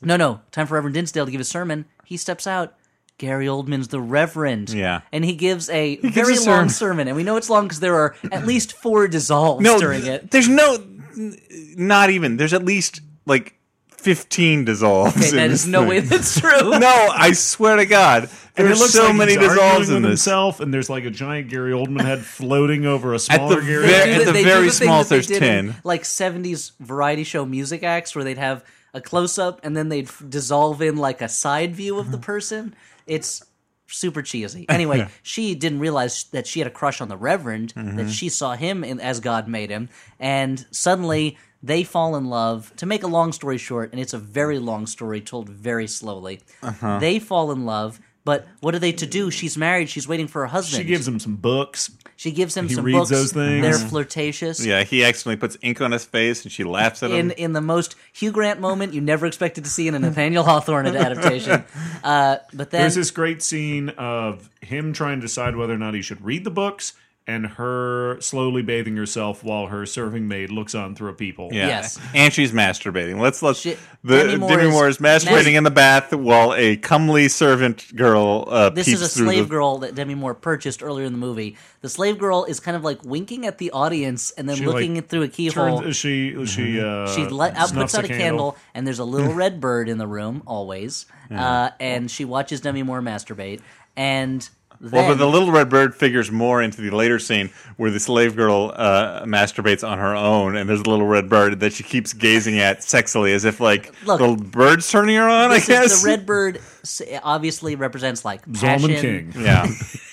[SPEAKER 2] no, no, time for Reverend Dinsdale to give his sermon. He steps out. Gary Oldman's the Reverend.
[SPEAKER 1] Yeah.
[SPEAKER 2] and he gives a very
[SPEAKER 1] a sermon.
[SPEAKER 2] long sermon, and we know it's long because there are at least four dissolves
[SPEAKER 1] No,
[SPEAKER 2] during
[SPEAKER 1] th-
[SPEAKER 2] it.
[SPEAKER 1] there's no, n- not even. There's at least like 15 dissolves.
[SPEAKER 2] Okay,
[SPEAKER 1] in
[SPEAKER 2] that
[SPEAKER 1] this
[SPEAKER 2] is no
[SPEAKER 1] thing.
[SPEAKER 2] way that's true.
[SPEAKER 1] No, I swear to God,
[SPEAKER 3] And
[SPEAKER 1] there's
[SPEAKER 3] it looks
[SPEAKER 1] so
[SPEAKER 3] like
[SPEAKER 1] many
[SPEAKER 3] he's arguing
[SPEAKER 1] dissolves
[SPEAKER 3] with
[SPEAKER 1] in this.
[SPEAKER 3] himself, and there's like a giant Gary Oldman head floating over a
[SPEAKER 1] At the,
[SPEAKER 3] smaller
[SPEAKER 1] ver-
[SPEAKER 3] Gary.
[SPEAKER 2] do
[SPEAKER 1] at
[SPEAKER 2] that-
[SPEAKER 1] the
[SPEAKER 2] they do
[SPEAKER 1] very
[SPEAKER 2] the thing
[SPEAKER 1] small,
[SPEAKER 2] that they
[SPEAKER 1] there's
[SPEAKER 2] did in,
[SPEAKER 1] 10.
[SPEAKER 2] like 70s variety show music acts where they'd have a close up and then they'd f- dissolve in like a side view of the
[SPEAKER 3] Mm-hmm.
[SPEAKER 2] person. It's super cheesy. Anyway, she didn't realize that she had a crush on the Reverend,
[SPEAKER 3] Mm-hmm.
[SPEAKER 2] that she saw him in, as God made him, and suddenly they fall in love. To make a long story short, and it's a very long story told very slowly,
[SPEAKER 3] Uh-huh.
[SPEAKER 2] they fall in love. But what are they to do? She's married. She's waiting for her husband.
[SPEAKER 3] She gives him some books.
[SPEAKER 2] She gives him
[SPEAKER 3] He
[SPEAKER 2] some
[SPEAKER 3] reads
[SPEAKER 2] books.
[SPEAKER 3] those things.
[SPEAKER 2] They're flirtatious.
[SPEAKER 1] Yeah, he accidentally puts ink on his face and she laughs at him.
[SPEAKER 2] In in the most Hugh Grant moment you never expected to see in a Nathaniel Hawthorne adaptation. Uh, but then
[SPEAKER 3] There's this great scene of him trying to decide whether or not he should read the books and her slowly bathing herself while her serving maid looks on through a peephole.
[SPEAKER 1] Yeah.
[SPEAKER 2] Yes.
[SPEAKER 1] And she's masturbating. Let's let's
[SPEAKER 2] She-
[SPEAKER 1] the
[SPEAKER 2] Demi
[SPEAKER 1] Demi
[SPEAKER 2] Moore
[SPEAKER 1] Moore,
[SPEAKER 2] is
[SPEAKER 1] is, masturbating
[SPEAKER 2] mas-
[SPEAKER 1] in the bath while a comely servant girl uh,
[SPEAKER 2] This
[SPEAKER 1] peeps
[SPEAKER 2] is a
[SPEAKER 1] through
[SPEAKER 2] slave
[SPEAKER 1] the,
[SPEAKER 2] girl that Demi Moore purchased earlier in the movie. The slave girl is kind of like winking at the audience and then
[SPEAKER 3] She,
[SPEAKER 2] looking
[SPEAKER 3] like,
[SPEAKER 2] through a keyhole.
[SPEAKER 3] Turns, she she uh,
[SPEAKER 2] Mm-hmm. she let, out,
[SPEAKER 3] snuffs
[SPEAKER 2] puts out a candle, and there's a little red bird in the room always. Uh, and she watches Demi Moore masturbate, and then
[SPEAKER 1] Well, but the little red bird figures more into the later scene where the slave girl uh, masturbates on her own, and there's a little red bird that she keeps gazing at sexily, as if like
[SPEAKER 2] Look,
[SPEAKER 1] the bird's turning her on. I
[SPEAKER 2] this
[SPEAKER 1] guess.
[SPEAKER 2] is the red bird s- obviously represents like passion.
[SPEAKER 3] Zalman King.
[SPEAKER 1] yeah,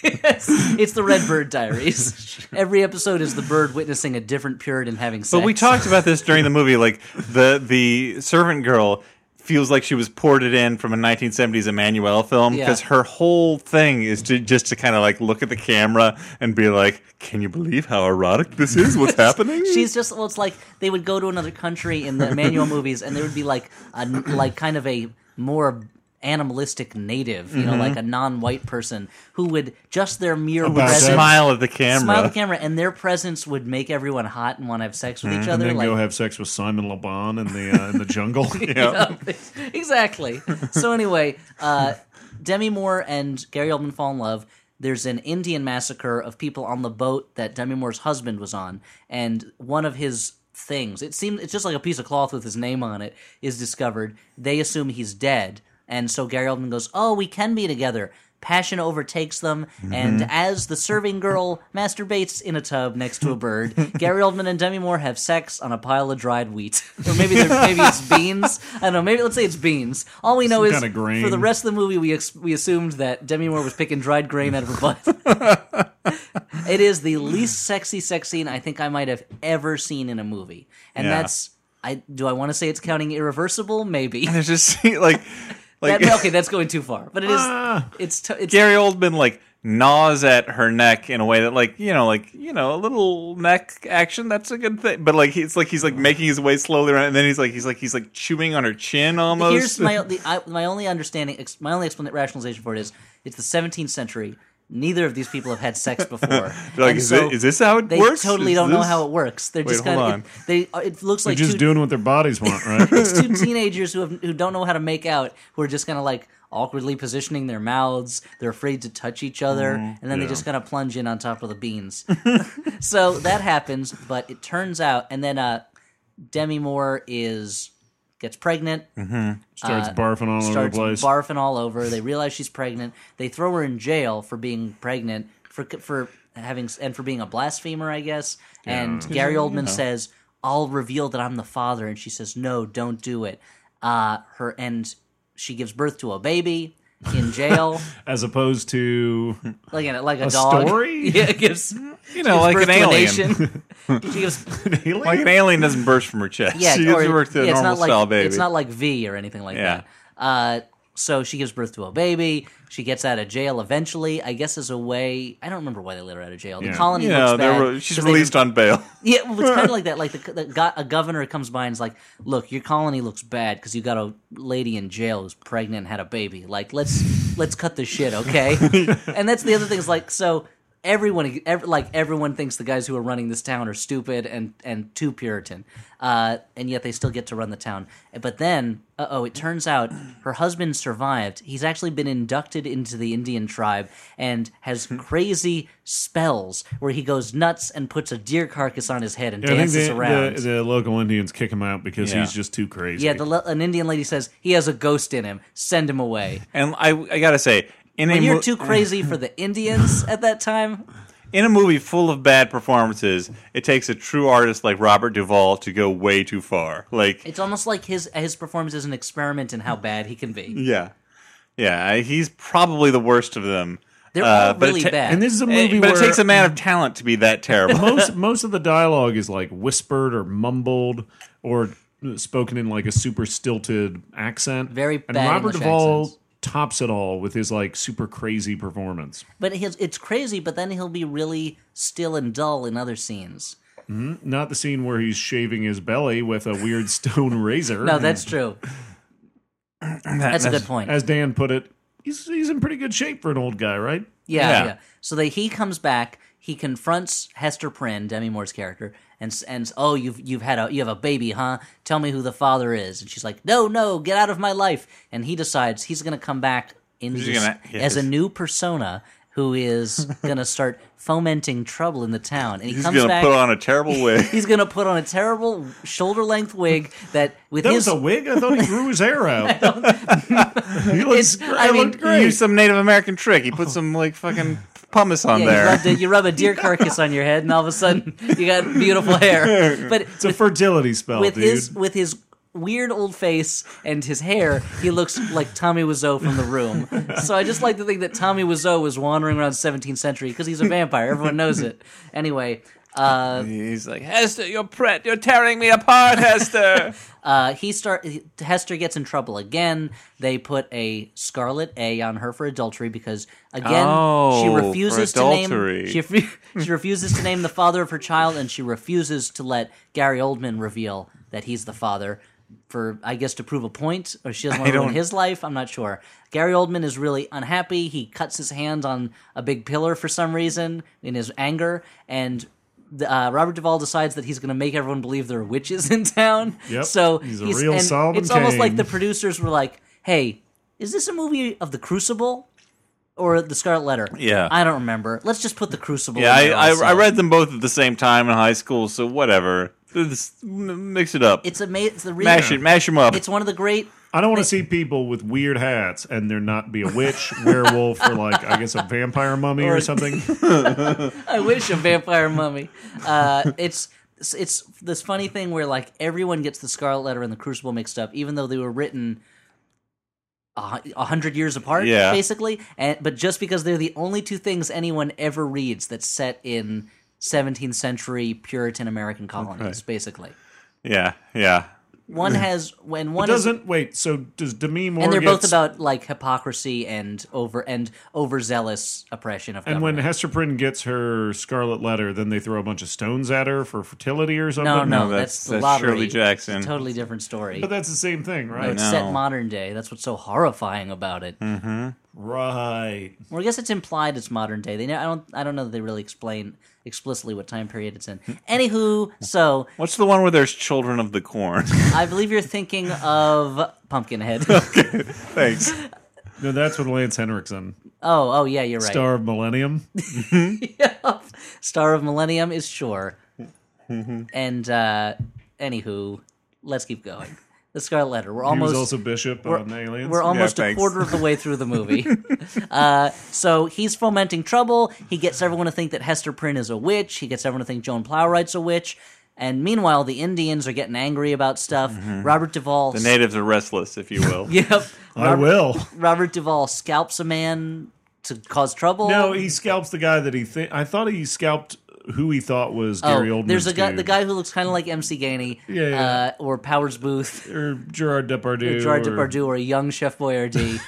[SPEAKER 2] it's the Red Bird Diaries. Every episode is the bird witnessing a different Puritan having sex.
[SPEAKER 1] but we talked about this during the movie. Like the the servant girl feels like she was ported in from a 1970s Emmanuel film
[SPEAKER 2] Yeah.
[SPEAKER 1] because her whole thing is to just to kind of like look at the camera and be like, "Can you believe how erotic this is? What's happening?"
[SPEAKER 2] She's just well, it's like they would go to another country in the Emmanuel movies, and there would be like a like kind of a more animalistic native, you know, like a non-white person who would just their mere
[SPEAKER 3] Mm-hmm. About
[SPEAKER 2] presence,
[SPEAKER 3] that.
[SPEAKER 1] smile at the camera.
[SPEAKER 2] smile at the camera, and their presence would make everyone hot and want to have sex with each
[SPEAKER 3] Mm-hmm. And
[SPEAKER 2] other.
[SPEAKER 3] then
[SPEAKER 2] like,
[SPEAKER 3] go have sex with Simon LeBon in the uh, in the jungle.
[SPEAKER 2] exactly. So anyway, uh, Demi Moore and Gary Oldman fall in love. There's an Indian massacre of people on the boat that Demi Moore's husband was on, and one of his things it seems it's just like a piece of cloth with his name on it is discovered. They assume he's dead, and so Gary Oldman goes, "Oh, we can be together." Passion overtakes them, and
[SPEAKER 3] Mm-hmm.
[SPEAKER 2] as the serving girl masturbates in a tub next to a bird, Gary Oldman and Demi Moore have sex on a pile of dried wheat, or maybe they're, maybe it's beans. I don't know. Maybe let's say it's beans. All we know
[SPEAKER 3] Some
[SPEAKER 2] is
[SPEAKER 3] kinda grain.
[SPEAKER 2] for the rest of the movie, we ex- we assumed that Demi Moore was picking dried grain out of her butt. it is the least sexy sex scene I think I might have ever seen in a movie, and
[SPEAKER 1] Yeah.
[SPEAKER 2] that's. I, do I want to say it's counting irreversible? Maybe.
[SPEAKER 1] There's just like, like
[SPEAKER 2] That- okay, that's going too far. But it is.
[SPEAKER 1] Ah.
[SPEAKER 2] it's to, it's
[SPEAKER 1] Gary Oldman like gnaws at her neck in a way that like you know like you know a little neck action that's a good thing but like it's like he's like making his way slowly around and then he's like he's like he's like chewing on her chin almost
[SPEAKER 2] Here's my the, I, my only understanding, ex, my only explanation rationalization for it is it's the 17th century. Neither of these people have had sex before.
[SPEAKER 1] like
[SPEAKER 2] And
[SPEAKER 1] is,
[SPEAKER 2] so
[SPEAKER 1] it, is this how it
[SPEAKER 2] They
[SPEAKER 1] works
[SPEAKER 2] totally
[SPEAKER 1] Is
[SPEAKER 2] don't know
[SPEAKER 1] this-
[SPEAKER 2] how it works. They're just
[SPEAKER 1] hold
[SPEAKER 2] kind
[SPEAKER 1] on.
[SPEAKER 2] of they. are- It looks
[SPEAKER 3] They're
[SPEAKER 2] like
[SPEAKER 3] just
[SPEAKER 2] two, Uh,
[SPEAKER 3] doing what their bodies want, right?
[SPEAKER 2] it's two teenagers who have, who don't know how to make out who are just kind of like awkwardly positioning their mouths. They're afraid to touch each other, and then they
[SPEAKER 3] yeah.
[SPEAKER 2] just kind of plunge in on top of the beans. so that happens, but it turns out, and then uh, Demi Moore is gets pregnant.
[SPEAKER 3] Starts barfing all over the
[SPEAKER 2] starts
[SPEAKER 3] place.
[SPEAKER 2] barfing all over. They realize she's pregnant. They throw her in jail for being pregnant for for having and for being a blasphemer, I guess. And Gary Oldman says, "I'll reveal that I'm the father," and she says, "No, don't do it." Uh, her and she gives birth to a baby in jail,
[SPEAKER 3] as opposed to
[SPEAKER 2] like a, like a,
[SPEAKER 3] a
[SPEAKER 2] dog.
[SPEAKER 3] story.
[SPEAKER 2] Yeah, gives
[SPEAKER 1] you know like
[SPEAKER 2] birth
[SPEAKER 1] an
[SPEAKER 2] to a
[SPEAKER 1] alien
[SPEAKER 2] nation. she gives
[SPEAKER 3] Really?
[SPEAKER 1] like an alien doesn't burst from her chest
[SPEAKER 2] yeah,
[SPEAKER 1] she
[SPEAKER 2] or-
[SPEAKER 1] gets worked to a
[SPEAKER 2] yeah, it's
[SPEAKER 1] normal
[SPEAKER 2] not like
[SPEAKER 1] style baby
[SPEAKER 2] it's not like V or anything like
[SPEAKER 1] Yeah.
[SPEAKER 2] that. Uh, so she gives birth to a baby. She gets out of jail eventually, I guess, as a way. I don't remember why they let her out of jail. The
[SPEAKER 3] Yeah.
[SPEAKER 2] colony
[SPEAKER 1] yeah
[SPEAKER 2] looks
[SPEAKER 1] they're
[SPEAKER 2] bad.
[SPEAKER 1] re- she's
[SPEAKER 2] 'cause they
[SPEAKER 1] released on bail
[SPEAKER 2] yeah, well, it's kind of like that. Like the, the go- a governor comes by and is like, "Look, your colony looks bad because you got a lady in jail who's pregnant and had a baby. Like, let's let's cut the shit, okay?" and that's the other thing is like, so everyone, ev- like everyone thinks the guys who are running this town are stupid and and too Puritan, uh, and yet they still get to run the town. But then, uh oh, it turns out her husband survived. He's actually been inducted into the Indian tribe and has
[SPEAKER 3] Hmm.
[SPEAKER 2] crazy spells where he goes nuts and puts a deer carcass on his head and
[SPEAKER 3] I think
[SPEAKER 2] dances
[SPEAKER 3] the,
[SPEAKER 2] around.
[SPEAKER 3] the, the local Indians kick him out because
[SPEAKER 1] Yeah.
[SPEAKER 3] he's just too crazy.
[SPEAKER 2] yeah, the, le- an Indian lady says he has a ghost in him. Send him away.
[SPEAKER 1] and i i gotta say in
[SPEAKER 2] And
[SPEAKER 1] a
[SPEAKER 2] you're
[SPEAKER 1] mo-
[SPEAKER 2] too crazy for the Indians at that time.
[SPEAKER 1] in a movie full of bad performances, it takes a true artist like Robert Duvall to go way too far. Like,
[SPEAKER 2] It's almost like his his performance is an experiment in how bad he can
[SPEAKER 3] Mm.
[SPEAKER 2] be.
[SPEAKER 1] yeah, yeah, I- he's probably the worst of them. Uh,
[SPEAKER 2] They're all
[SPEAKER 1] but it
[SPEAKER 2] really
[SPEAKER 1] ta-
[SPEAKER 2] bad.
[SPEAKER 3] and this is a
[SPEAKER 1] eh,
[SPEAKER 3] movie
[SPEAKER 1] but
[SPEAKER 3] where
[SPEAKER 1] it takes a man of talent to be that terrible.
[SPEAKER 3] most most of the dialogue is like whispered or mumbled or spoken in like a super stilted accent.
[SPEAKER 2] Very
[SPEAKER 3] and
[SPEAKER 2] bad
[SPEAKER 3] Robert
[SPEAKER 2] English
[SPEAKER 3] Duvall
[SPEAKER 2] accents.
[SPEAKER 3] tops it all with his like super crazy performance.
[SPEAKER 2] But he's, it's crazy. But then he'll be really still and dull in other scenes.
[SPEAKER 3] Not the scene where he's shaving his belly with a weird stone razor.
[SPEAKER 1] Mm-hmm.
[SPEAKER 2] No, that's true. That's a good point.
[SPEAKER 3] as Dan put it. He's, he's in pretty good shape for an old guy, right?
[SPEAKER 2] Yeah, yeah.
[SPEAKER 1] Yeah.
[SPEAKER 2] So that he comes back. he confronts Hester Prynne, Demi Moore's character, and s- and s- oh, you've you've had a you have a baby, huh? Tell me who the father is. And she's like, no, no, get out of my life. And he decides he's going to come back in
[SPEAKER 1] He's
[SPEAKER 2] this,
[SPEAKER 1] gonna- yes.
[SPEAKER 2] as a new persona who is going to start fomenting trouble in the town. And he
[SPEAKER 1] He's
[SPEAKER 2] comes
[SPEAKER 1] gonna
[SPEAKER 2] back.
[SPEAKER 1] put on a terrible wig.
[SPEAKER 2] he's going to put on a terrible shoulder length wig that with
[SPEAKER 3] That
[SPEAKER 2] his
[SPEAKER 3] was a wig. I thought he grew his hair out. he looks.
[SPEAKER 2] It's- I
[SPEAKER 3] I
[SPEAKER 2] mean,
[SPEAKER 3] looked
[SPEAKER 1] He
[SPEAKER 3] great.
[SPEAKER 1] used some Native American trick. He put some like fucking pumice on
[SPEAKER 2] Yeah,
[SPEAKER 1] there.
[SPEAKER 2] You, rubbed it, you rub a deer carcass on your head, and all of a sudden you got beautiful hair. But
[SPEAKER 3] it's a fertility spell,
[SPEAKER 2] with
[SPEAKER 3] dude.
[SPEAKER 2] his with his weird old face and his hair, he looks like Tommy Wiseau from The Room. So I just like to think that Tommy Wiseau was wandering around 17th century because he's a vampire. Everyone knows it. Anyway, uh,
[SPEAKER 1] He's like, Hester, you're pret, you're tearing me apart, Hester.
[SPEAKER 2] uh, he start Hester gets in trouble again. They put a scarlet A on her for adultery because again she
[SPEAKER 1] Oh, for
[SPEAKER 2] refuses to name
[SPEAKER 1] adultery.
[SPEAKER 2] she, refu- she refuses to name the father of her child and she refuses to let Gary Oldman reveal that he's the father for I guess to prove a point or she doesn't want
[SPEAKER 1] I
[SPEAKER 2] to ruin
[SPEAKER 1] don't-
[SPEAKER 2] his life. I'm not sure. Gary Oldman is really unhappy. He cuts his hand on a big pillar for some reason in his anger and. Uh, Robert Duvall decides that he's going to make everyone believe there are witches in town.
[SPEAKER 3] Yep.
[SPEAKER 2] So
[SPEAKER 3] He's a real
[SPEAKER 2] and
[SPEAKER 3] Solomon
[SPEAKER 2] It's almost like
[SPEAKER 3] Kane.
[SPEAKER 2] the producers were like, "Hey, is this a movie of the Crucible or the Scarlet Letter?"
[SPEAKER 1] Yeah.
[SPEAKER 2] I don't remember. Let's just put the Crucible.
[SPEAKER 1] yeah,
[SPEAKER 2] in
[SPEAKER 1] I,
[SPEAKER 2] there
[SPEAKER 1] I,
[SPEAKER 2] also.
[SPEAKER 1] I read them both at the same time in high school, so whatever. Just m- mix it up,
[SPEAKER 2] It's amazing. It's the reason.
[SPEAKER 1] mash it, mash them up.
[SPEAKER 2] It's one of the great.
[SPEAKER 3] I don't want to see people with weird hats and there not be a witch, werewolf, or like I guess a vampire mummy or,
[SPEAKER 2] Or-
[SPEAKER 3] something.
[SPEAKER 2] I wish a vampire mummy. Uh, it's. It's this funny thing where like everyone gets the Scarlet Letter and the Crucible mixed up, even though they were written a hu- a hundred years apart,
[SPEAKER 1] Yeah.
[SPEAKER 2] basically. And but just because they're the only two things anyone ever reads that's set in 17th century Puritan American colonies, basically.
[SPEAKER 1] yeah, yeah.
[SPEAKER 2] One has when one is,
[SPEAKER 3] Doesn't wait. So does Demi Moore?
[SPEAKER 2] and they're both
[SPEAKER 3] gets-
[SPEAKER 2] about like hypocrisy and over and overzealous oppression of
[SPEAKER 3] And when
[SPEAKER 2] government.
[SPEAKER 3] Hester Prynne gets her scarlet letter, then they throw a bunch of stones at her for fertility or
[SPEAKER 2] no,
[SPEAKER 3] something.
[SPEAKER 2] no,
[SPEAKER 1] No,
[SPEAKER 2] that's,
[SPEAKER 1] that's-
[SPEAKER 2] the
[SPEAKER 1] that's
[SPEAKER 2] lottery.
[SPEAKER 1] Shirley Jackson.
[SPEAKER 2] It's a totally different story.
[SPEAKER 3] but that's the same thing, right?
[SPEAKER 2] It's
[SPEAKER 1] No.
[SPEAKER 2] set modern day. That's what's so horrifying about it.
[SPEAKER 3] Right.
[SPEAKER 2] Well, I guess it's implied it's modern day. They know, I don't I don't know that they really explain explicitly what time period it's in. Anywho, so
[SPEAKER 1] What's the one where there's children of the corn?
[SPEAKER 2] I believe you're thinking of Pumpkinhead. Oh,
[SPEAKER 1] Thanks.
[SPEAKER 3] No, that's with Lance Henriksen,
[SPEAKER 2] oh, oh yeah, you're right.
[SPEAKER 3] star of Millennium.
[SPEAKER 2] Yep. Star of Millennium is sure. and uh anywho, let's keep going. The Scarlet Letter. We're
[SPEAKER 3] He was
[SPEAKER 2] almost
[SPEAKER 3] also Bishop on Aliens.
[SPEAKER 2] we're almost a
[SPEAKER 1] thanks.
[SPEAKER 2] quarter of the way through the movie. uh, so he's fomenting trouble. He gets everyone to think that Hester Prynne is a witch. He gets everyone to think Joan Plowright's a witch. And meanwhile, the Indians are getting angry about stuff.
[SPEAKER 3] Mm-hmm.
[SPEAKER 2] Robert Duvall.
[SPEAKER 1] The natives are restless, if you will.
[SPEAKER 2] yep.
[SPEAKER 3] I will.
[SPEAKER 2] Robert Duvall scalps a man to cause trouble.
[SPEAKER 3] No, he scalps the guy that he. Th- I thought he scalped who he thought was
[SPEAKER 2] Oh,
[SPEAKER 3] Gary Oldman.
[SPEAKER 2] there's a guy,
[SPEAKER 3] dude,
[SPEAKER 2] the guy who looks kind of like MC Gainey,
[SPEAKER 3] Yeah, yeah.
[SPEAKER 2] Uh, or Powers Booth,
[SPEAKER 3] or Gerard Depardieu.
[SPEAKER 2] Gerard
[SPEAKER 3] or-
[SPEAKER 2] Depardieu, or a young Chef Boyardee.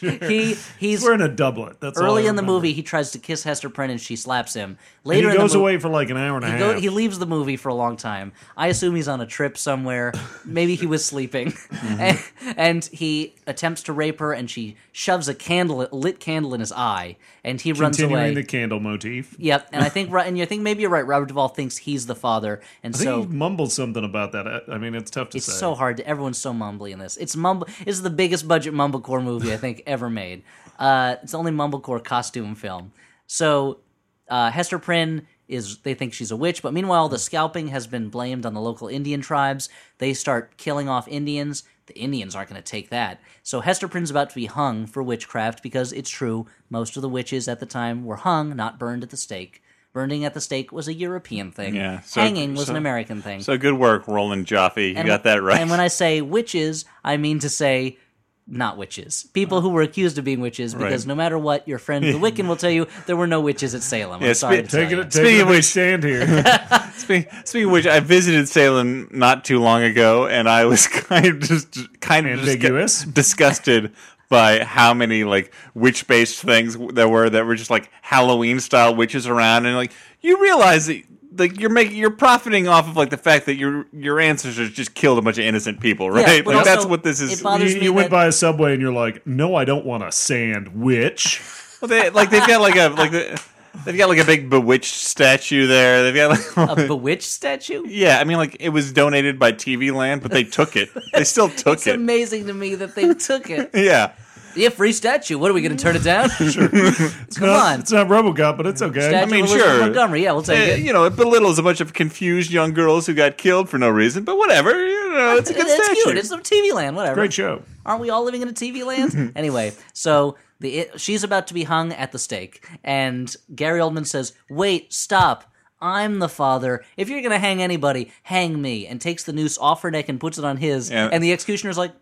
[SPEAKER 2] He he's
[SPEAKER 3] He's wearing a doublet. That's all
[SPEAKER 2] early
[SPEAKER 3] I
[SPEAKER 2] in the
[SPEAKER 3] remember.
[SPEAKER 2] movie. He tries to kiss Hester Prynne, and she slaps him.
[SPEAKER 3] And
[SPEAKER 2] Later,
[SPEAKER 3] he
[SPEAKER 2] in
[SPEAKER 3] goes
[SPEAKER 2] the mo-
[SPEAKER 3] away for like an hour and a
[SPEAKER 2] He,
[SPEAKER 3] half.
[SPEAKER 2] go, he leaves the movie for a long time. I assume he's on a trip somewhere. Maybe he was sleeping,
[SPEAKER 3] Mm-hmm.
[SPEAKER 2] and, and he attempts to rape her, and she shoves a candle, a lit candle, in his eye, and he runs
[SPEAKER 3] Continuing
[SPEAKER 2] away.
[SPEAKER 3] the candle motif.
[SPEAKER 2] Yep, and I think Ro- and you think maybe you're right. Robert Duvall thinks he's the father, and
[SPEAKER 3] I think
[SPEAKER 2] so
[SPEAKER 3] he mumbled something about that. I- I mean, it's tough to
[SPEAKER 2] It's
[SPEAKER 3] say.
[SPEAKER 2] so hard. To, everyone's so mumbly in this. It's mumble. It's the biggest budget mumblecore movie I think ever made. Uh, it's the only mumblecore costume film. So uh, Hester Prynne is. They think she's a witch, but meanwhile the scalping has been blamed on the local Indian tribes. They start killing off Indians. The Indians aren't going to take that. So Hester Prynne's about to be hung for witchcraft because it's true. Most of the witches at the time were hung, not burned at the stake. Burning at the stake was a European thing.
[SPEAKER 1] Yeah, so-
[SPEAKER 2] Hanging was an
[SPEAKER 1] so-
[SPEAKER 2] American thing.
[SPEAKER 1] So good work, Roland Joffe. You got that right.
[SPEAKER 2] And when I say witches, I mean to say not witches. People who were accused of being witches, because
[SPEAKER 1] Right.
[SPEAKER 2] no matter what, your friend the Wiccan will tell you there were no witches at Salem. I'm
[SPEAKER 1] Yeah,
[SPEAKER 2] sorry
[SPEAKER 1] spit-
[SPEAKER 2] to tell
[SPEAKER 3] Take
[SPEAKER 2] you.
[SPEAKER 3] it,
[SPEAKER 1] Speaking
[SPEAKER 3] take it
[SPEAKER 1] of
[SPEAKER 3] we
[SPEAKER 1] which-
[SPEAKER 3] stand here.
[SPEAKER 1] Speaking, speaking of which, I visited Salem not too long ago, and I was kind of just kind of disgu-
[SPEAKER 3] Ambiguous?
[SPEAKER 1] disgusted by how many like witch based things w- there were that were just like Halloween style witches around, and like you realize that like you're making you're profiting off of like the fact that your your ancestors just killed a bunch of innocent people, right?
[SPEAKER 2] but
[SPEAKER 1] like that's
[SPEAKER 2] also,
[SPEAKER 1] what this
[SPEAKER 2] it
[SPEAKER 1] is.
[SPEAKER 2] bothers-
[SPEAKER 3] you
[SPEAKER 2] me
[SPEAKER 3] you went
[SPEAKER 2] that-
[SPEAKER 3] by a subway and you're like, no, I don't want a sandwich.
[SPEAKER 1] Well, they, like they've got like a like the, They've got like a big bewitched statue there. They've got like
[SPEAKER 2] A bewitched statue?
[SPEAKER 1] yeah. I mean, like it was donated by TV Land, but they took it. They still took
[SPEAKER 2] It's
[SPEAKER 1] it.
[SPEAKER 2] amazing to me that they took it.
[SPEAKER 1] Yeah.
[SPEAKER 2] Yeah, free statue. What are we going to turn it down? Come
[SPEAKER 3] No,
[SPEAKER 2] on.
[SPEAKER 3] It's not RoboCop, but it's okay.
[SPEAKER 2] Statue
[SPEAKER 1] I mean,
[SPEAKER 2] of Elizabeth
[SPEAKER 1] sure.
[SPEAKER 2] Montgomery. Yeah, we'll take
[SPEAKER 1] Eh,
[SPEAKER 2] it.
[SPEAKER 1] you know, it belittles a bunch of confused young girls who got killed for no reason, but whatever. You know, it's a good
[SPEAKER 2] That's
[SPEAKER 1] statue.
[SPEAKER 2] cute. It's from TV Land. Whatever.
[SPEAKER 3] Great show.
[SPEAKER 2] Aren't we all living in a TV land? anyway, so the it, she's about to be hung at the stake, and Gary Oldman says, "Wait, stop." I'm the father. If you're going to hang anybody, hang me. And takes the noose off her neck and puts it on his.
[SPEAKER 1] Yeah.
[SPEAKER 2] And the executioner's like,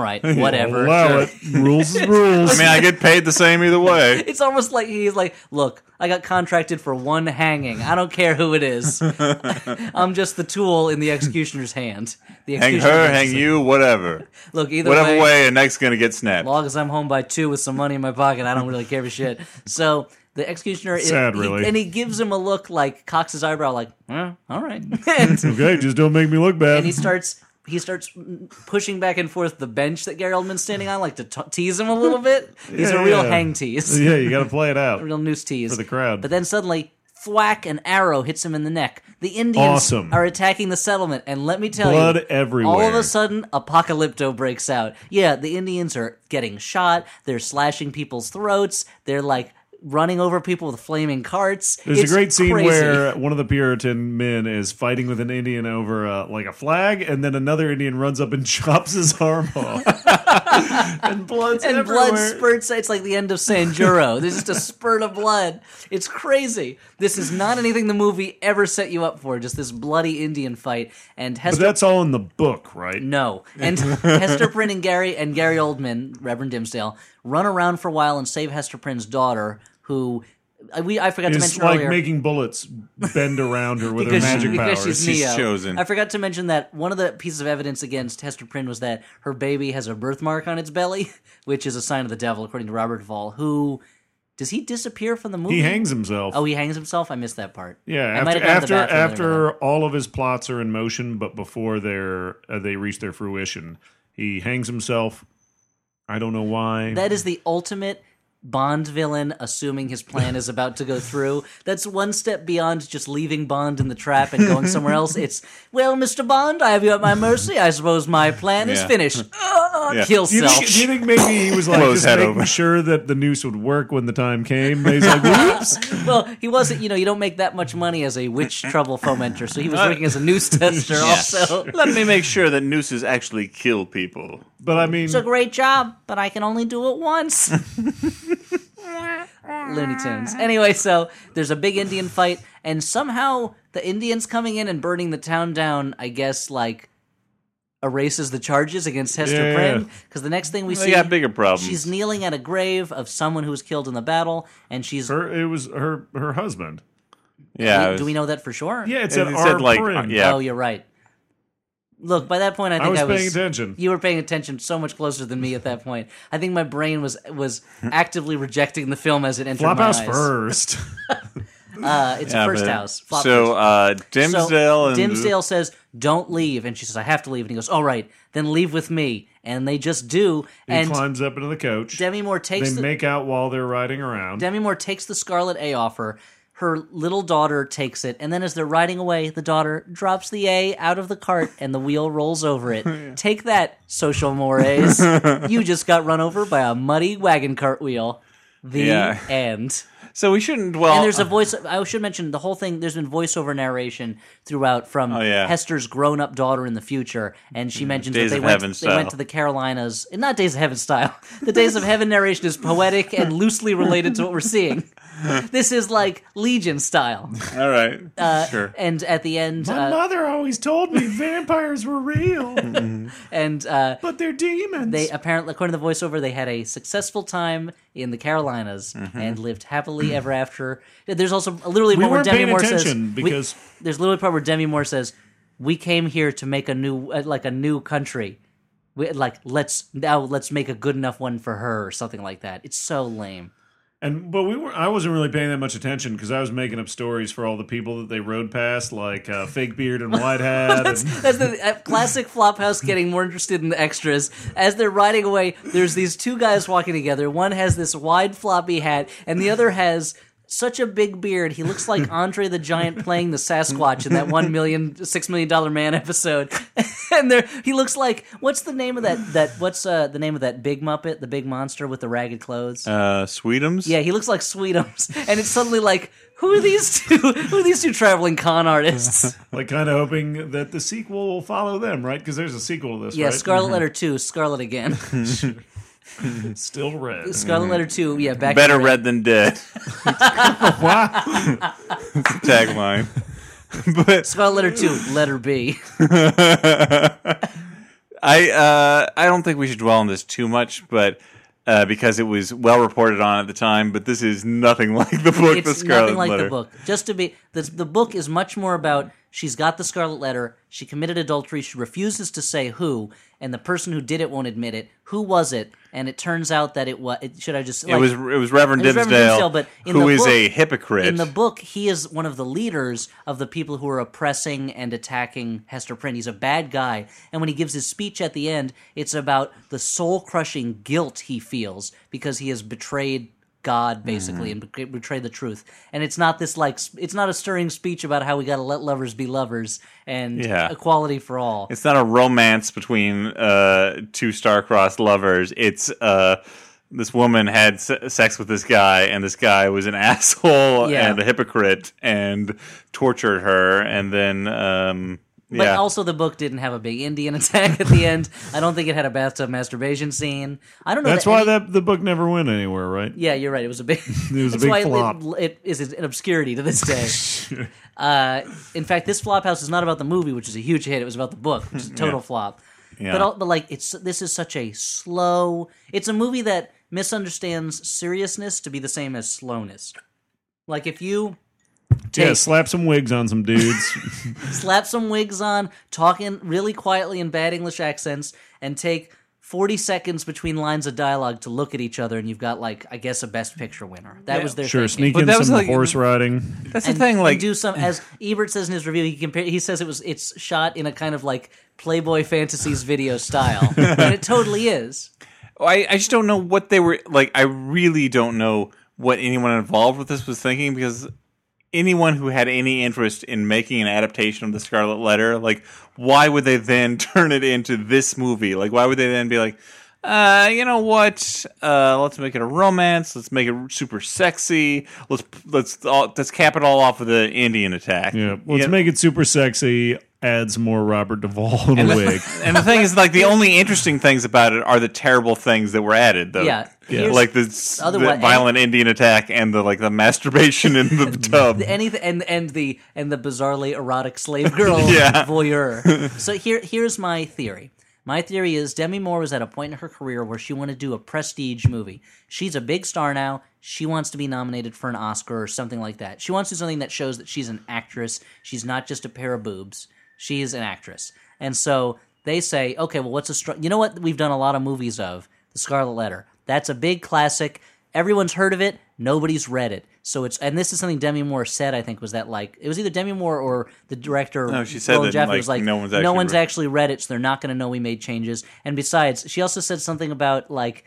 [SPEAKER 2] right, whatever.
[SPEAKER 3] Allow
[SPEAKER 2] sure."
[SPEAKER 3] it. Rules is rules.
[SPEAKER 1] I mean, I get paid the same either way.
[SPEAKER 2] It's almost like he's like, look, I got contracted for one hanging. I don't care who it is. I'm just the tool in the executioner's hand. The
[SPEAKER 1] Hang
[SPEAKER 2] executioner
[SPEAKER 1] her,
[SPEAKER 2] gets
[SPEAKER 1] hang
[SPEAKER 2] to say,
[SPEAKER 1] you, whatever.
[SPEAKER 2] Look, either
[SPEAKER 1] Whatever
[SPEAKER 2] way,
[SPEAKER 1] way, a neck's gonna get snapped.
[SPEAKER 2] long as I'm home by two with some money in my pocket, I don't really care for shit. So the executioner is
[SPEAKER 3] Sad,
[SPEAKER 2] he-
[SPEAKER 3] really.
[SPEAKER 2] and he gives him a look like cocks his eyebrow, like, eh, all right, and,
[SPEAKER 3] okay, just don't make me look bad.
[SPEAKER 2] and he starts. He starts pushing back and forth the bench that Gary Oldman's standing on, like to t- tease him a little bit. He's
[SPEAKER 3] Yeah,
[SPEAKER 2] a real
[SPEAKER 3] yeah.
[SPEAKER 2] hang tease.
[SPEAKER 3] yeah, you got to play it out.
[SPEAKER 2] real noose tease for
[SPEAKER 3] the crowd.
[SPEAKER 2] But then suddenly, thwack! An arrow hits him in the neck. The Indians
[SPEAKER 3] Awesome.
[SPEAKER 2] are attacking the settlement, and let me tell
[SPEAKER 3] Blood
[SPEAKER 2] you,
[SPEAKER 3] everywhere.
[SPEAKER 2] All of a sudden, apocalypto breaks out. Yeah, the Indians are getting shot. They're slashing people's throats. They're like running over people with flaming carts.
[SPEAKER 3] There's
[SPEAKER 2] It's
[SPEAKER 3] a great scene
[SPEAKER 2] crazy.
[SPEAKER 3] where one of the Puritan men is fighting with an Indian over uh, like a flag, and then another Indian runs up and chops his arm off, and blood's
[SPEAKER 2] and
[SPEAKER 3] everywhere.
[SPEAKER 2] blood spurts. It's like the end of Sanjuro. There's just a spurt of blood. It's crazy. This is not anything the movie ever set you up for. Just this bloody Indian fight. And
[SPEAKER 3] But
[SPEAKER 2] Hester
[SPEAKER 3] that's all in the book, right?
[SPEAKER 2] No. And Hester Prynne and Gary and Gary Oldman, Reverend Dimsdale, run around for a while and save Hester Prynne's daughter, who I- we I forgot to
[SPEAKER 3] It's
[SPEAKER 2] mention
[SPEAKER 3] like
[SPEAKER 2] earlier.
[SPEAKER 3] making bullets bend around her with her
[SPEAKER 2] because, she-
[SPEAKER 3] magic
[SPEAKER 2] because
[SPEAKER 3] powers.
[SPEAKER 2] she's
[SPEAKER 1] She's
[SPEAKER 2] Neo.
[SPEAKER 1] chosen.
[SPEAKER 2] I forgot to mention that one of the pieces of evidence against Hester Prynne was that her baby has a birthmark on its belly, which is a sign of the devil, according to Robert Vall. Who does he disappear from the movie?
[SPEAKER 3] he hangs himself.
[SPEAKER 2] Oh, he hangs himself. I missed that part. I
[SPEAKER 3] yeah,
[SPEAKER 2] might
[SPEAKER 3] after
[SPEAKER 2] have gone to
[SPEAKER 3] after,
[SPEAKER 2] the bathroom there for
[SPEAKER 3] after all of his plots are in motion, but before they're uh, they reach their fruition, he hangs himself. I don't know why.
[SPEAKER 2] That is the ultimate Bond villain, assuming his plan is about to go through. That's one step beyond just leaving Bond in the trap and going somewhere else. It's, well, Mr. Bond, I have you at my mercy. I suppose my plan is
[SPEAKER 1] Yeah.
[SPEAKER 2] finished. Ah,
[SPEAKER 1] Yeah.
[SPEAKER 2] Kill
[SPEAKER 3] Do you,
[SPEAKER 2] self.
[SPEAKER 3] think, do you think maybe he was like
[SPEAKER 1] Blows
[SPEAKER 3] just
[SPEAKER 1] head
[SPEAKER 3] making
[SPEAKER 1] over.
[SPEAKER 3] sure that the noose would work when the time came? He's like, whoops.
[SPEAKER 2] well, he wasn't, you know, you don't make that much money as a witch trouble fomenter, so he
[SPEAKER 1] Uh,
[SPEAKER 2] was working as a noose tester also.
[SPEAKER 1] Let me make sure that nooses actually kill people.
[SPEAKER 3] But I mean,
[SPEAKER 2] It's a great job, but I can only do it once. Looney Tunes. Anyway, so there's a big Indian fight, and somehow the Indians coming in and burning the town down, I guess, like erases the charges against Hester
[SPEAKER 3] Yeah.
[SPEAKER 2] Prynne. Because the next thing we
[SPEAKER 1] They
[SPEAKER 2] see,
[SPEAKER 1] got bigger problems.
[SPEAKER 2] she's kneeling at a grave of someone who was killed in the battle, and she's.
[SPEAKER 3] her, it was her her husband.
[SPEAKER 1] yeah. I was-
[SPEAKER 2] do we know that for sure?
[SPEAKER 3] Yeah, it
[SPEAKER 1] It
[SPEAKER 3] said, uh,
[SPEAKER 1] said,
[SPEAKER 3] our
[SPEAKER 1] like,
[SPEAKER 3] friend.
[SPEAKER 1] yeah.
[SPEAKER 2] Oh, you're right. Look, by that point, I think
[SPEAKER 3] I was
[SPEAKER 2] I
[SPEAKER 3] paying attention.
[SPEAKER 2] You were paying attention so much closer than me at that point. I think my brain was was actively rejecting the film as it entered my
[SPEAKER 3] Flophouse
[SPEAKER 2] eyes.
[SPEAKER 3] first.
[SPEAKER 2] Uh, it's
[SPEAKER 1] yeah,
[SPEAKER 2] first
[SPEAKER 1] but-
[SPEAKER 2] house. Flop
[SPEAKER 1] so
[SPEAKER 2] House.
[SPEAKER 1] uh,
[SPEAKER 2] So
[SPEAKER 1] Dimsdale and
[SPEAKER 2] Dimsdale says, "Don't leave," and she says, "I have to leave," and he goes, "All right, then leave with me." And they just do.
[SPEAKER 3] he
[SPEAKER 2] and
[SPEAKER 3] climbs up into the coach.
[SPEAKER 2] Demi Moore takes
[SPEAKER 3] they
[SPEAKER 2] the,
[SPEAKER 3] make out while they're riding around.
[SPEAKER 2] Demi Moore takes the Scarlet A off her. Her little daughter takes it, and then as they're riding away, the daughter drops the A out of the cart and the wheel rolls over it. Take that, social mores. you just got run over by a muddy wagon cart wheel. The
[SPEAKER 1] Yeah.
[SPEAKER 2] end.
[SPEAKER 1] So we shouldn't dwell.
[SPEAKER 2] And there's a voice. I should mention the whole thing. There's been voiceover narration throughout from
[SPEAKER 1] yeah.
[SPEAKER 2] Hester's grown-up daughter in the future, and she mentions
[SPEAKER 1] Days
[SPEAKER 2] that they
[SPEAKER 1] of
[SPEAKER 2] went.
[SPEAKER 1] Heaven
[SPEAKER 2] they went
[SPEAKER 1] style.
[SPEAKER 2] to the Carolinas, not Days of Heaven style. The Days of Heaven narration is poetic and loosely related to what we're seeing. This is like Legion style.
[SPEAKER 1] all right.
[SPEAKER 2] uh,
[SPEAKER 1] sure.
[SPEAKER 2] And at the end,
[SPEAKER 3] My
[SPEAKER 2] uh,
[SPEAKER 3] mother always told me vampires were real,
[SPEAKER 2] and uh,
[SPEAKER 3] but they're demons.
[SPEAKER 2] they apparently, according to the voiceover, they had a successful time in the Carolinas and lived happily ever after. There's also literally
[SPEAKER 3] we
[SPEAKER 2] one where
[SPEAKER 3] weren't
[SPEAKER 2] Demi
[SPEAKER 3] paying
[SPEAKER 2] Moore says,
[SPEAKER 3] attention
[SPEAKER 2] we-
[SPEAKER 3] because
[SPEAKER 2] there's literally a part where Demi Moore says, "We came here to make a new, uh, like a new country. We, like let's now let's make a good enough one for her or something like that." It's so lame.
[SPEAKER 3] And but we were I wasn't really paying that much attention because I was making up stories for all the people that they rode past, like uh, fake beard and white hat. and,
[SPEAKER 2] That's the uh, classic Flophouse getting more interested in the extras. As they're riding away, there's these two guys walking together. One has this wide floppy hat, and the other has such a big beard. He looks like Andre the Giant playing the Sasquatch in that one million six million dollar man episode. and there he looks like what's the name of that that what's uh, the name of that big Muppet, the big monster with the ragged clothes?
[SPEAKER 1] Uh, Sweetums?
[SPEAKER 2] yeah, he looks like Sweetums, and it's suddenly like. Who are these two? Who are these two traveling con artists?
[SPEAKER 3] Like, kind of hoping that the sequel will follow them, right? Because there's a sequel to this,
[SPEAKER 2] Yeah,
[SPEAKER 3] right?
[SPEAKER 2] Scarlet Letter Two, Scarlet again.
[SPEAKER 3] Still red.
[SPEAKER 2] Scarlet Letter Two, yeah,
[SPEAKER 1] Mm-hmm.
[SPEAKER 2] back in
[SPEAKER 1] Better
[SPEAKER 2] the-
[SPEAKER 1] red than dead. Tagline. But
[SPEAKER 2] Scarlet Letter Two, Letter B.
[SPEAKER 1] I uh, I don't think we should dwell on this too much, but uh, because it was well reported on at the time. But this is nothing like the book, The
[SPEAKER 2] it's
[SPEAKER 1] Scarlet
[SPEAKER 2] nothing like
[SPEAKER 1] Letter.
[SPEAKER 2] the book. Just to be, the, the book is much more about she's got the scarlet letter, she committed adultery, she refuses to say who, and the person who did it won't admit it. Who was it? And it turns out that it was. It, should I just?
[SPEAKER 1] It was it was Reverend
[SPEAKER 2] It was
[SPEAKER 1] Dimmesdale,
[SPEAKER 2] Reverend Dimmesdale, but in
[SPEAKER 1] who
[SPEAKER 2] the
[SPEAKER 1] is
[SPEAKER 2] book-
[SPEAKER 1] a hypocrite.
[SPEAKER 2] in the book, he is one of the leaders of the people who are oppressing and attacking Hester Prynne. He's a bad guy. And when he gives his speech at the end, it's about the soul crushing guilt he feels because he has betrayed God, basically,
[SPEAKER 1] Mm-hmm.
[SPEAKER 2] and be- betrayed the truth. And it's not this like, sp- it's not a stirring speech about how we got to let lovers be lovers and
[SPEAKER 1] Yeah.
[SPEAKER 2] equality for all.
[SPEAKER 1] It's not a romance between uh, two star-crossed lovers. It's uh, this woman had se- sex with this guy, and this guy was an asshole
[SPEAKER 2] Yeah.
[SPEAKER 1] and a hypocrite and tortured her, and then um,
[SPEAKER 2] But
[SPEAKER 1] yeah,
[SPEAKER 2] also, the book didn't have a big Indian attack at the end. I don't think it had a bathtub masturbation scene. I don't know.
[SPEAKER 3] That's
[SPEAKER 2] that
[SPEAKER 3] why
[SPEAKER 2] any-
[SPEAKER 3] that the book never went anywhere, right?
[SPEAKER 2] Yeah, you're right. It was a big. It
[SPEAKER 3] was a big flop.
[SPEAKER 2] It, it is an obscurity to this day. uh, in fact, this flop house is not about the movie, which is a huge hit. It was about the book, which is a total flop.
[SPEAKER 1] Yeah.
[SPEAKER 2] But all, but like it's this is such a slow. It's a movie that misunderstands seriousness to be the same as slowness. Like if you
[SPEAKER 3] Yeah,
[SPEAKER 2] take-
[SPEAKER 3] slap some wigs on some dudes.
[SPEAKER 2] slap some wigs on, talk in really quietly in bad English accents, and take 40 seconds between lines of dialogue to look at each other, and you've got, like, I guess, a best picture winner. That was their
[SPEAKER 3] sure,
[SPEAKER 2] thinking.
[SPEAKER 3] sneak
[SPEAKER 1] But
[SPEAKER 3] in
[SPEAKER 1] that
[SPEAKER 3] some
[SPEAKER 1] was like-
[SPEAKER 3] horse riding.
[SPEAKER 1] that's
[SPEAKER 2] And
[SPEAKER 1] the thing.
[SPEAKER 2] you
[SPEAKER 1] Like,
[SPEAKER 2] do some as Ebert says in his review, he compare he says it was it's shot in a kind of like Playboy fantasies video style, and it totally is.
[SPEAKER 1] I, I just don't know what they were like. I really don't know what anyone involved with this was thinking because anyone who had any interest in making an adaptation of the Scarlet Letter, like, why would they then turn it into this movie? Like, why would they then be like, uh, you know what? Uh, let's make it a romance. Let's make it super sexy. Let's let's all, let's cap it all off with an Indian attack.
[SPEAKER 3] Yeah, let's
[SPEAKER 1] You know?
[SPEAKER 3] make it super sexy. Adds more Robert Duvall in a wig.
[SPEAKER 1] and the thing is, like, the only interesting things about it are the terrible things that were added, though.
[SPEAKER 2] Yeah. Yeah.
[SPEAKER 1] Like the, s-
[SPEAKER 2] Other
[SPEAKER 1] the
[SPEAKER 2] one-
[SPEAKER 1] violent Indian attack and the like the masturbation in the tub.
[SPEAKER 2] Anything and and the and the bizarrely erotic slave girl
[SPEAKER 1] Yeah.
[SPEAKER 2] voyeur. So here here's my theory. My theory is Demi Moore was at a point in her career where she wanted to do a prestige movie. She's a big star now. She wants to be nominated for an Oscar or something like that. She wants to do something that shows that she's an actress. She's not just a pair of boobs. She is an actress. And so they say, okay, well, what's a str- you know what we've done a lot of movies of the Scarlet Letter. That's a big classic. Everyone's heard of it. Nobody's read it. So it's and this is something Demi Moore said. I think was that like it was either Demi Moore or the director. No,
[SPEAKER 1] she said that, like, no one's actually
[SPEAKER 2] no one's
[SPEAKER 1] read-
[SPEAKER 2] actually read it, so they're not going to know we made changes. And besides, she also said something about like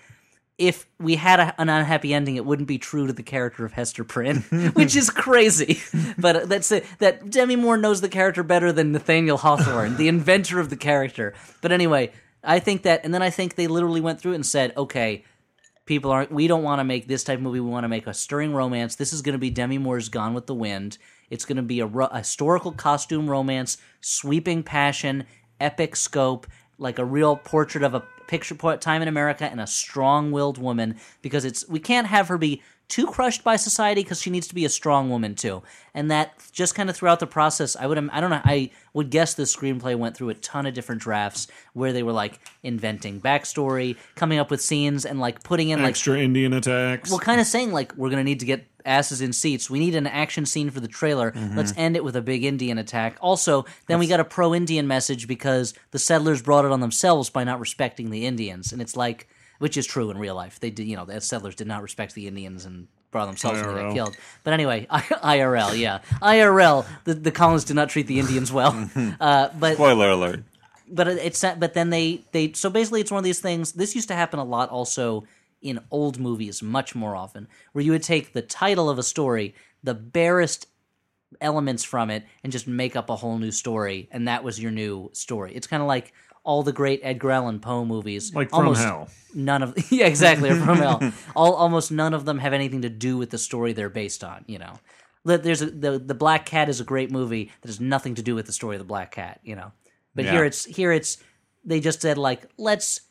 [SPEAKER 2] if we had a, an unhappy ending, it wouldn't be true to the character of Hester Prynne, which is crazy. But that's it. That Demi Moore knows the character better than Nathaniel Hawthorne, the inventor of the character. But anyway, I think that, and then I think they literally went through it and said, okay. People aren't. We don't want to make this type of movie. We want to make a stirring romance. This is going to be Demi Moore's Gone with the Wind. It's going to be a, ro- a historical costume romance, sweeping passion, epic scope, like a real portrait of a picture po- time in America and a strong-willed woman. Because it's we can't have her be too crushed by society because she needs to be a strong woman too. And that just kind of throughout the process, I would im- I don't know I would guess the screenplay went through a ton of different drafts where they were like inventing backstory, coming up with scenes, and like putting in like
[SPEAKER 3] Extra Indian attacks.
[SPEAKER 2] well, kind of saying like we're gonna need to get asses in seats. We need an action scene for the trailer. Let's end it with a big Indian attack. Also, then we got a pro Indian message because the settlers brought it on themselves by not respecting the Indians, and it's like, which is true in real life. They did, you know, the settlers did not respect the Indians and brought themselves and they got
[SPEAKER 3] IRL.
[SPEAKER 2] killed. But anyway, I- IRL, yeah, IRL. The the colonists did not treat the Indians well. Uh, but
[SPEAKER 1] Spoiler alert.
[SPEAKER 2] but it's but then they they so basically it's one of these things. This used to happen a lot also in old movies much more often, where you would take the title of a story, the barest elements from it, and just make up a whole new story, and that was your new story. It's kind of like all the great Edgar Allan Poe movies,
[SPEAKER 3] Like From
[SPEAKER 2] almost
[SPEAKER 3] Hell.
[SPEAKER 2] None of yeah, exactly. Or from hell, all almost none of them have anything to do with the story they're based on. You know, Th- there's a, the the Black Cat is a great movie that has nothing to do with the story of the Black Cat. You know, but
[SPEAKER 1] Yeah.
[SPEAKER 2] here it's here it's they just said like let's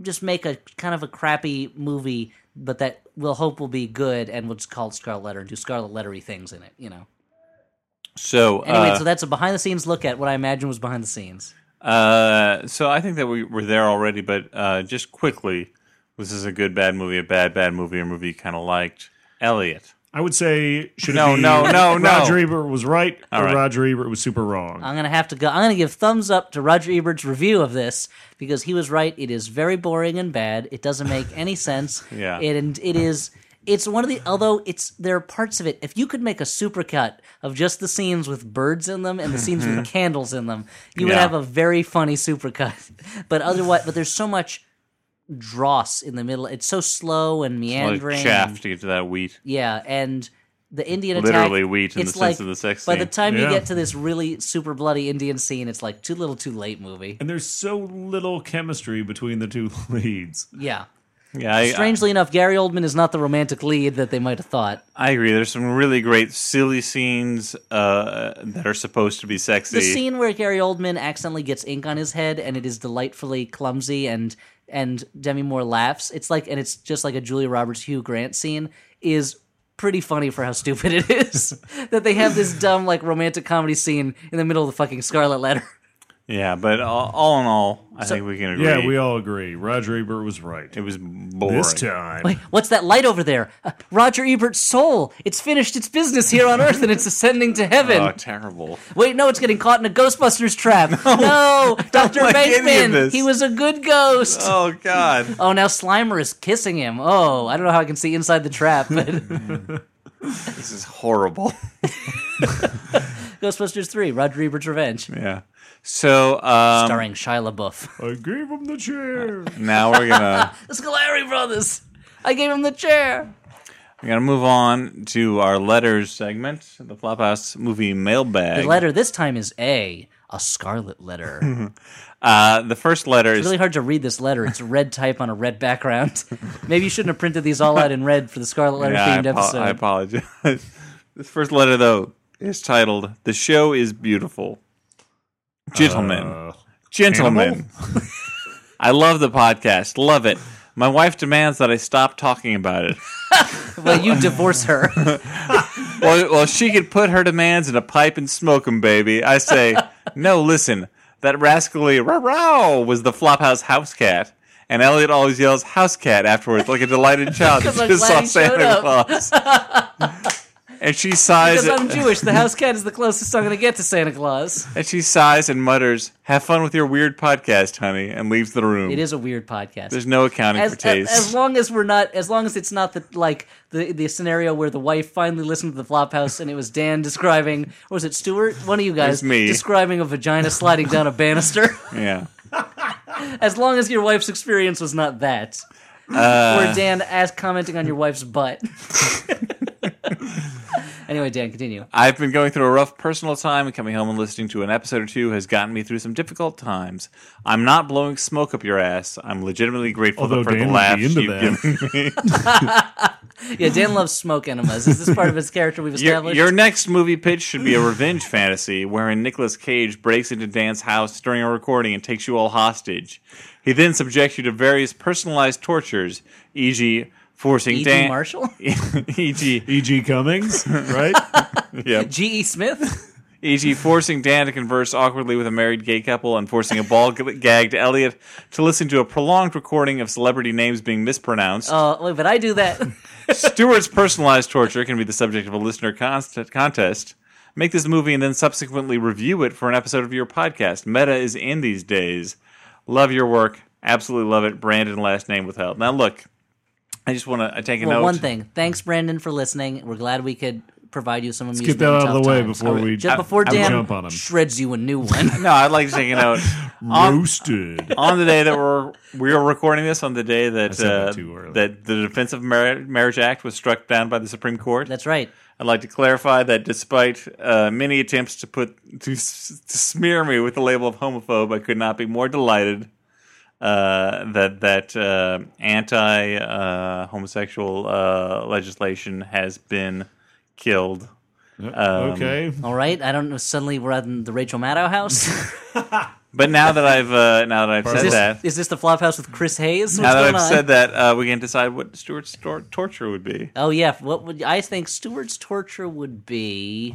[SPEAKER 2] just make a kind of a crappy movie, but that we'll hope will be good, and we'll just call it Scarlet Letter and do Scarlet Lettery things in it. You know.
[SPEAKER 1] So
[SPEAKER 2] Anyway,
[SPEAKER 1] uh,
[SPEAKER 2] so that's a behind the scenes look at what I imagine was behind the scenes.
[SPEAKER 1] Uh, so I think that we were there already, but uh, just quickly, this is a good bad movie, a bad bad movie, a movie you kind of liked. Elliot.
[SPEAKER 3] I would say should
[SPEAKER 1] No,
[SPEAKER 3] it be
[SPEAKER 1] no, no, no.
[SPEAKER 3] Roger Ebert was right, or
[SPEAKER 1] right. Uh,
[SPEAKER 3] Roger Ebert was super wrong.
[SPEAKER 2] I'm gonna have to go. I'm gonna give thumbs up to Roger Ebert's review of this because he was right. It is very boring and bad. It doesn't make any sense.
[SPEAKER 1] Yeah.
[SPEAKER 2] It, and it is. It's one of the. Although it's there are parts of it. If you could make a supercut of just the scenes with birds in them and the scenes with candles in them, you would
[SPEAKER 1] Yeah.
[SPEAKER 2] have a very funny supercut. But otherwise, but there's so much dross in the middle. It's so slow and
[SPEAKER 1] Like
[SPEAKER 2] meandering.
[SPEAKER 1] chaff to get to that wheat.
[SPEAKER 2] Yeah, and the Indian attack
[SPEAKER 1] Literally wheat in the
[SPEAKER 2] it's
[SPEAKER 1] sense
[SPEAKER 2] like,
[SPEAKER 1] of the sex
[SPEAKER 2] By the
[SPEAKER 1] scene.
[SPEAKER 2] time you
[SPEAKER 3] Yeah.
[SPEAKER 2] get to this really super bloody Indian scene, it's like too little, too late movie.
[SPEAKER 3] And there's so little chemistry between the two leads.
[SPEAKER 2] Yeah.
[SPEAKER 1] Yeah, I,
[SPEAKER 2] Strangely enough, Gary Oldman is not the romantic lead that they might have thought.
[SPEAKER 1] I, I agree. There's some really great silly scenes uh, that are supposed to be sexy.
[SPEAKER 2] The scene where Gary Oldman accidentally gets ink on his head and it is delightfully clumsy and and Demi Moore laughs. It's like and it's just like a Julia Roberts Hugh Grant scene is pretty funny for how stupid it is that they have this dumb like romantic comedy scene in the middle of the fucking Scarlet Letter.
[SPEAKER 1] yeah, but all, all in all, I think we can agree.
[SPEAKER 3] Yeah, we all agree. Roger Ebert was right.
[SPEAKER 1] it was boring.
[SPEAKER 3] This time.
[SPEAKER 2] Wait, what's that light over there? Uh, Roger Ebert's soul. It's finished its business here on Earth and it's ascending to heaven.
[SPEAKER 1] Oh, terrible.
[SPEAKER 2] Wait, no, it's getting caught in a Ghostbusters trap. No, Dr.
[SPEAKER 1] like any of
[SPEAKER 2] Bankman.
[SPEAKER 1] this.
[SPEAKER 2] He was a good ghost. Oh.
[SPEAKER 1] Oh God.
[SPEAKER 2] now Slimer is kissing him. Oh, I don't know how I can see inside the trap, but
[SPEAKER 1] this is horrible.
[SPEAKER 2] Ghostbusters 3, Roger Ebert's Revenge,
[SPEAKER 1] Yeah. So um,
[SPEAKER 2] starring Shia LaBeouf.
[SPEAKER 3] I gave him the chair.
[SPEAKER 1] now we're gonna.
[SPEAKER 2] The Scolari Brothers. I gave him the chair.
[SPEAKER 1] We're gonna move on to our letters segment, the Flophouse movie mailbag.
[SPEAKER 2] The letter this time is A, a scarlet letter.
[SPEAKER 1] uh, the first letter
[SPEAKER 2] It's
[SPEAKER 1] is
[SPEAKER 2] really hard to read this letter. It's red type on a red background. Maybe you shouldn't have printed these all out in red for the Scarlet Letter
[SPEAKER 1] Yeah, I,
[SPEAKER 2] themed
[SPEAKER 1] apo-
[SPEAKER 2] episode.
[SPEAKER 1] I apologize. this first letter though is titled "The show is beautiful." Gentlemen,
[SPEAKER 3] Uh,
[SPEAKER 1] gentlemen, I love the podcast. Love it. My wife demands that I stop talking about it.
[SPEAKER 2] well, you divorce her.
[SPEAKER 1] well, well, she could put her demands in a pipe and smoke 'em, baby. I say, no, listen, that rascally rah rah was the Flophouse house cat. And Elliot always yells house cat afterwards like a delighted child that
[SPEAKER 2] 'Cause I'm
[SPEAKER 1] just saw
[SPEAKER 2] glad he showed
[SPEAKER 1] Santa Claus. and she sighs
[SPEAKER 2] Because I'm
[SPEAKER 1] and,
[SPEAKER 2] Jewish, the house cat is the closest I'm going to get to Santa Claus.
[SPEAKER 1] and she sighs and mutters, Have fun with your weird podcast, honey, and leaves the room.
[SPEAKER 2] It is a weird podcast.
[SPEAKER 1] There's no accounting
[SPEAKER 2] as,
[SPEAKER 1] for
[SPEAKER 2] as,
[SPEAKER 1] taste.
[SPEAKER 2] as long as we're not, as long as it's not the like the the scenario where the wife finally listened to the Flophouse and it was Dan describing, or was it Stuart? One of you guys
[SPEAKER 1] was me.
[SPEAKER 2] describing a vagina sliding down a banister.
[SPEAKER 1] yeah.
[SPEAKER 2] as long as your wife's experience was not that,
[SPEAKER 1] Uh.
[SPEAKER 2] or Dan asked commenting on your wife's butt. anyway, Dan, continue.
[SPEAKER 1] I've been going through a rough personal time, and coming home and listening to an episode or two has gotten me through some difficult times. I'm not blowing smoke up your ass. I'm legitimately grateful
[SPEAKER 3] Although
[SPEAKER 1] for
[SPEAKER 3] Dan would
[SPEAKER 1] the
[SPEAKER 3] be
[SPEAKER 1] laughs
[SPEAKER 3] into
[SPEAKER 1] you've
[SPEAKER 3] that.
[SPEAKER 1] given me.
[SPEAKER 2] Yeah, Dan loves smoke enemas. Is this part of his character we've
[SPEAKER 1] Your,
[SPEAKER 2] established?
[SPEAKER 1] your next movie pitch should be a revenge fantasy wherein Nicolas Cage breaks into Dan's house during a recording and takes you all hostage. He then subjects you to various personalized tortures, e.g., forcing
[SPEAKER 2] E.G.
[SPEAKER 1] Dan.
[SPEAKER 2] E
[SPEAKER 1] E
[SPEAKER 2] Marshall,
[SPEAKER 1] e.g.,
[SPEAKER 3] E.G. E Cummings, right?
[SPEAKER 1] yep.
[SPEAKER 2] G.E. E Smith.
[SPEAKER 1] e.g., forcing Dan to converse awkwardly with a married gay couple and forcing a ball g- gagged Elliot to listen to a prolonged recording of celebrity names being mispronounced.
[SPEAKER 2] Oh, wait, but I do that.
[SPEAKER 1] Stewart's personalized torture can be the subject of a listener const- contest. Make this movie and then subsequently review it for an episode of your podcast. Meta is in these days. Love your work. Absolutely love it. Brandon, last name withheld. Now, look, I just want to take a
[SPEAKER 2] Well,
[SPEAKER 1] note.
[SPEAKER 2] one thing. Thanks, Brandon, for listening. We're glad we could provide you some
[SPEAKER 3] get
[SPEAKER 2] amusement.
[SPEAKER 3] that
[SPEAKER 2] in
[SPEAKER 3] out of
[SPEAKER 2] tough
[SPEAKER 3] the way
[SPEAKER 2] times.
[SPEAKER 3] before
[SPEAKER 2] All right.
[SPEAKER 3] we-
[SPEAKER 2] just
[SPEAKER 3] I-
[SPEAKER 2] before
[SPEAKER 3] I
[SPEAKER 2] Dan
[SPEAKER 3] jump on 'em.
[SPEAKER 2] shreds you a new one.
[SPEAKER 1] No, I'd like to take a note
[SPEAKER 2] Um,
[SPEAKER 1] on,
[SPEAKER 3] Roasted.
[SPEAKER 1] on the day that we're we are recording this on the day that
[SPEAKER 3] said that
[SPEAKER 1] uh,
[SPEAKER 3] too early.
[SPEAKER 1] that the Defense of Mar- Marriage Act was struck down by the Supreme Court.
[SPEAKER 2] That's right.
[SPEAKER 1] I'd like to clarify that despite uh, many attempts to put to, s- to smear me with the label of homophobe, I could not be more delighted uh, that that uh, anti uh, homosexual uh, legislation has been killed. um,
[SPEAKER 3] okay.
[SPEAKER 2] All right. I don't know. Suddenly we're at the Rachel Maddow house. is,
[SPEAKER 1] But now that I've uh, now that I've said that,
[SPEAKER 2] this, is this the flop house with Chris Hayes? What's
[SPEAKER 1] now that
[SPEAKER 2] going
[SPEAKER 1] I've
[SPEAKER 2] on?
[SPEAKER 1] said that, uh, we can decide what Stuart's tor- torture would be.
[SPEAKER 2] Oh yeah, what would I think Stewart's torture would be?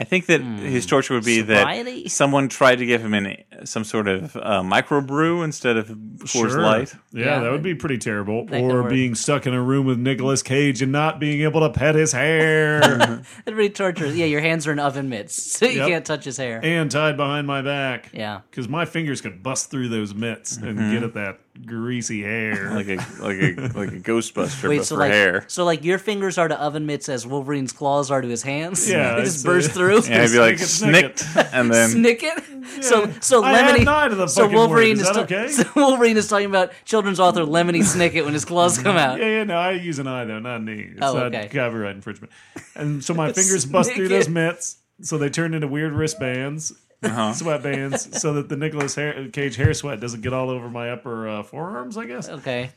[SPEAKER 1] I think that his torture would be
[SPEAKER 2] Sobriety?
[SPEAKER 1] that someone tried to give him an, some sort of uh, microbrew instead of Coors Light.
[SPEAKER 3] Yeah,
[SPEAKER 2] Yeah.
[SPEAKER 3] that would be pretty terrible.
[SPEAKER 2] That could
[SPEAKER 3] or
[SPEAKER 2] work.
[SPEAKER 3] being stuck in a room with Nicolas Cage and not being able to pet his hair
[SPEAKER 2] That'd be torture. Yeah, your hands are in oven mitts, so you
[SPEAKER 3] Yep.
[SPEAKER 2] can't touch his hair.
[SPEAKER 3] and tied behind my back.
[SPEAKER 2] Yeah.
[SPEAKER 3] Because my fingers could bust through those mitts and
[SPEAKER 1] Mm-hmm.
[SPEAKER 3] get at that greasy hair.
[SPEAKER 1] like a like a like a Ghostbuster
[SPEAKER 2] Wait,
[SPEAKER 1] but
[SPEAKER 2] so
[SPEAKER 1] for
[SPEAKER 2] like,
[SPEAKER 1] hair.
[SPEAKER 2] so like your fingers are to oven mitts as Wolverine's claws are to his hands.
[SPEAKER 3] Yeah,
[SPEAKER 2] they
[SPEAKER 3] it's-
[SPEAKER 2] just
[SPEAKER 3] uh,
[SPEAKER 2] burst through.
[SPEAKER 1] And it'd be like
[SPEAKER 3] Snicket,
[SPEAKER 1] snicked, and then
[SPEAKER 2] Snick it. So so
[SPEAKER 3] I had
[SPEAKER 2] Lemony.
[SPEAKER 3] nine of the
[SPEAKER 2] so
[SPEAKER 3] fucking
[SPEAKER 2] Wolverine
[SPEAKER 3] words.
[SPEAKER 2] is,
[SPEAKER 3] Is that
[SPEAKER 2] ta-
[SPEAKER 3] okay?
[SPEAKER 2] so Wolverine is talking about children's author Lemony Snicket when his claws come out.
[SPEAKER 3] Yeah, yeah, no, I use an eye though, not an E. It's
[SPEAKER 2] Oh,
[SPEAKER 3] not
[SPEAKER 2] okay.
[SPEAKER 3] copyright infringement. And so my fingers bust through
[SPEAKER 2] Snicket.
[SPEAKER 3] those mitts, so they turned into weird wristbands, sweatbands, so that the Nicolas hair, Cage hair sweat doesn't get all over my upper uh, forearms, I guess.
[SPEAKER 2] Okay.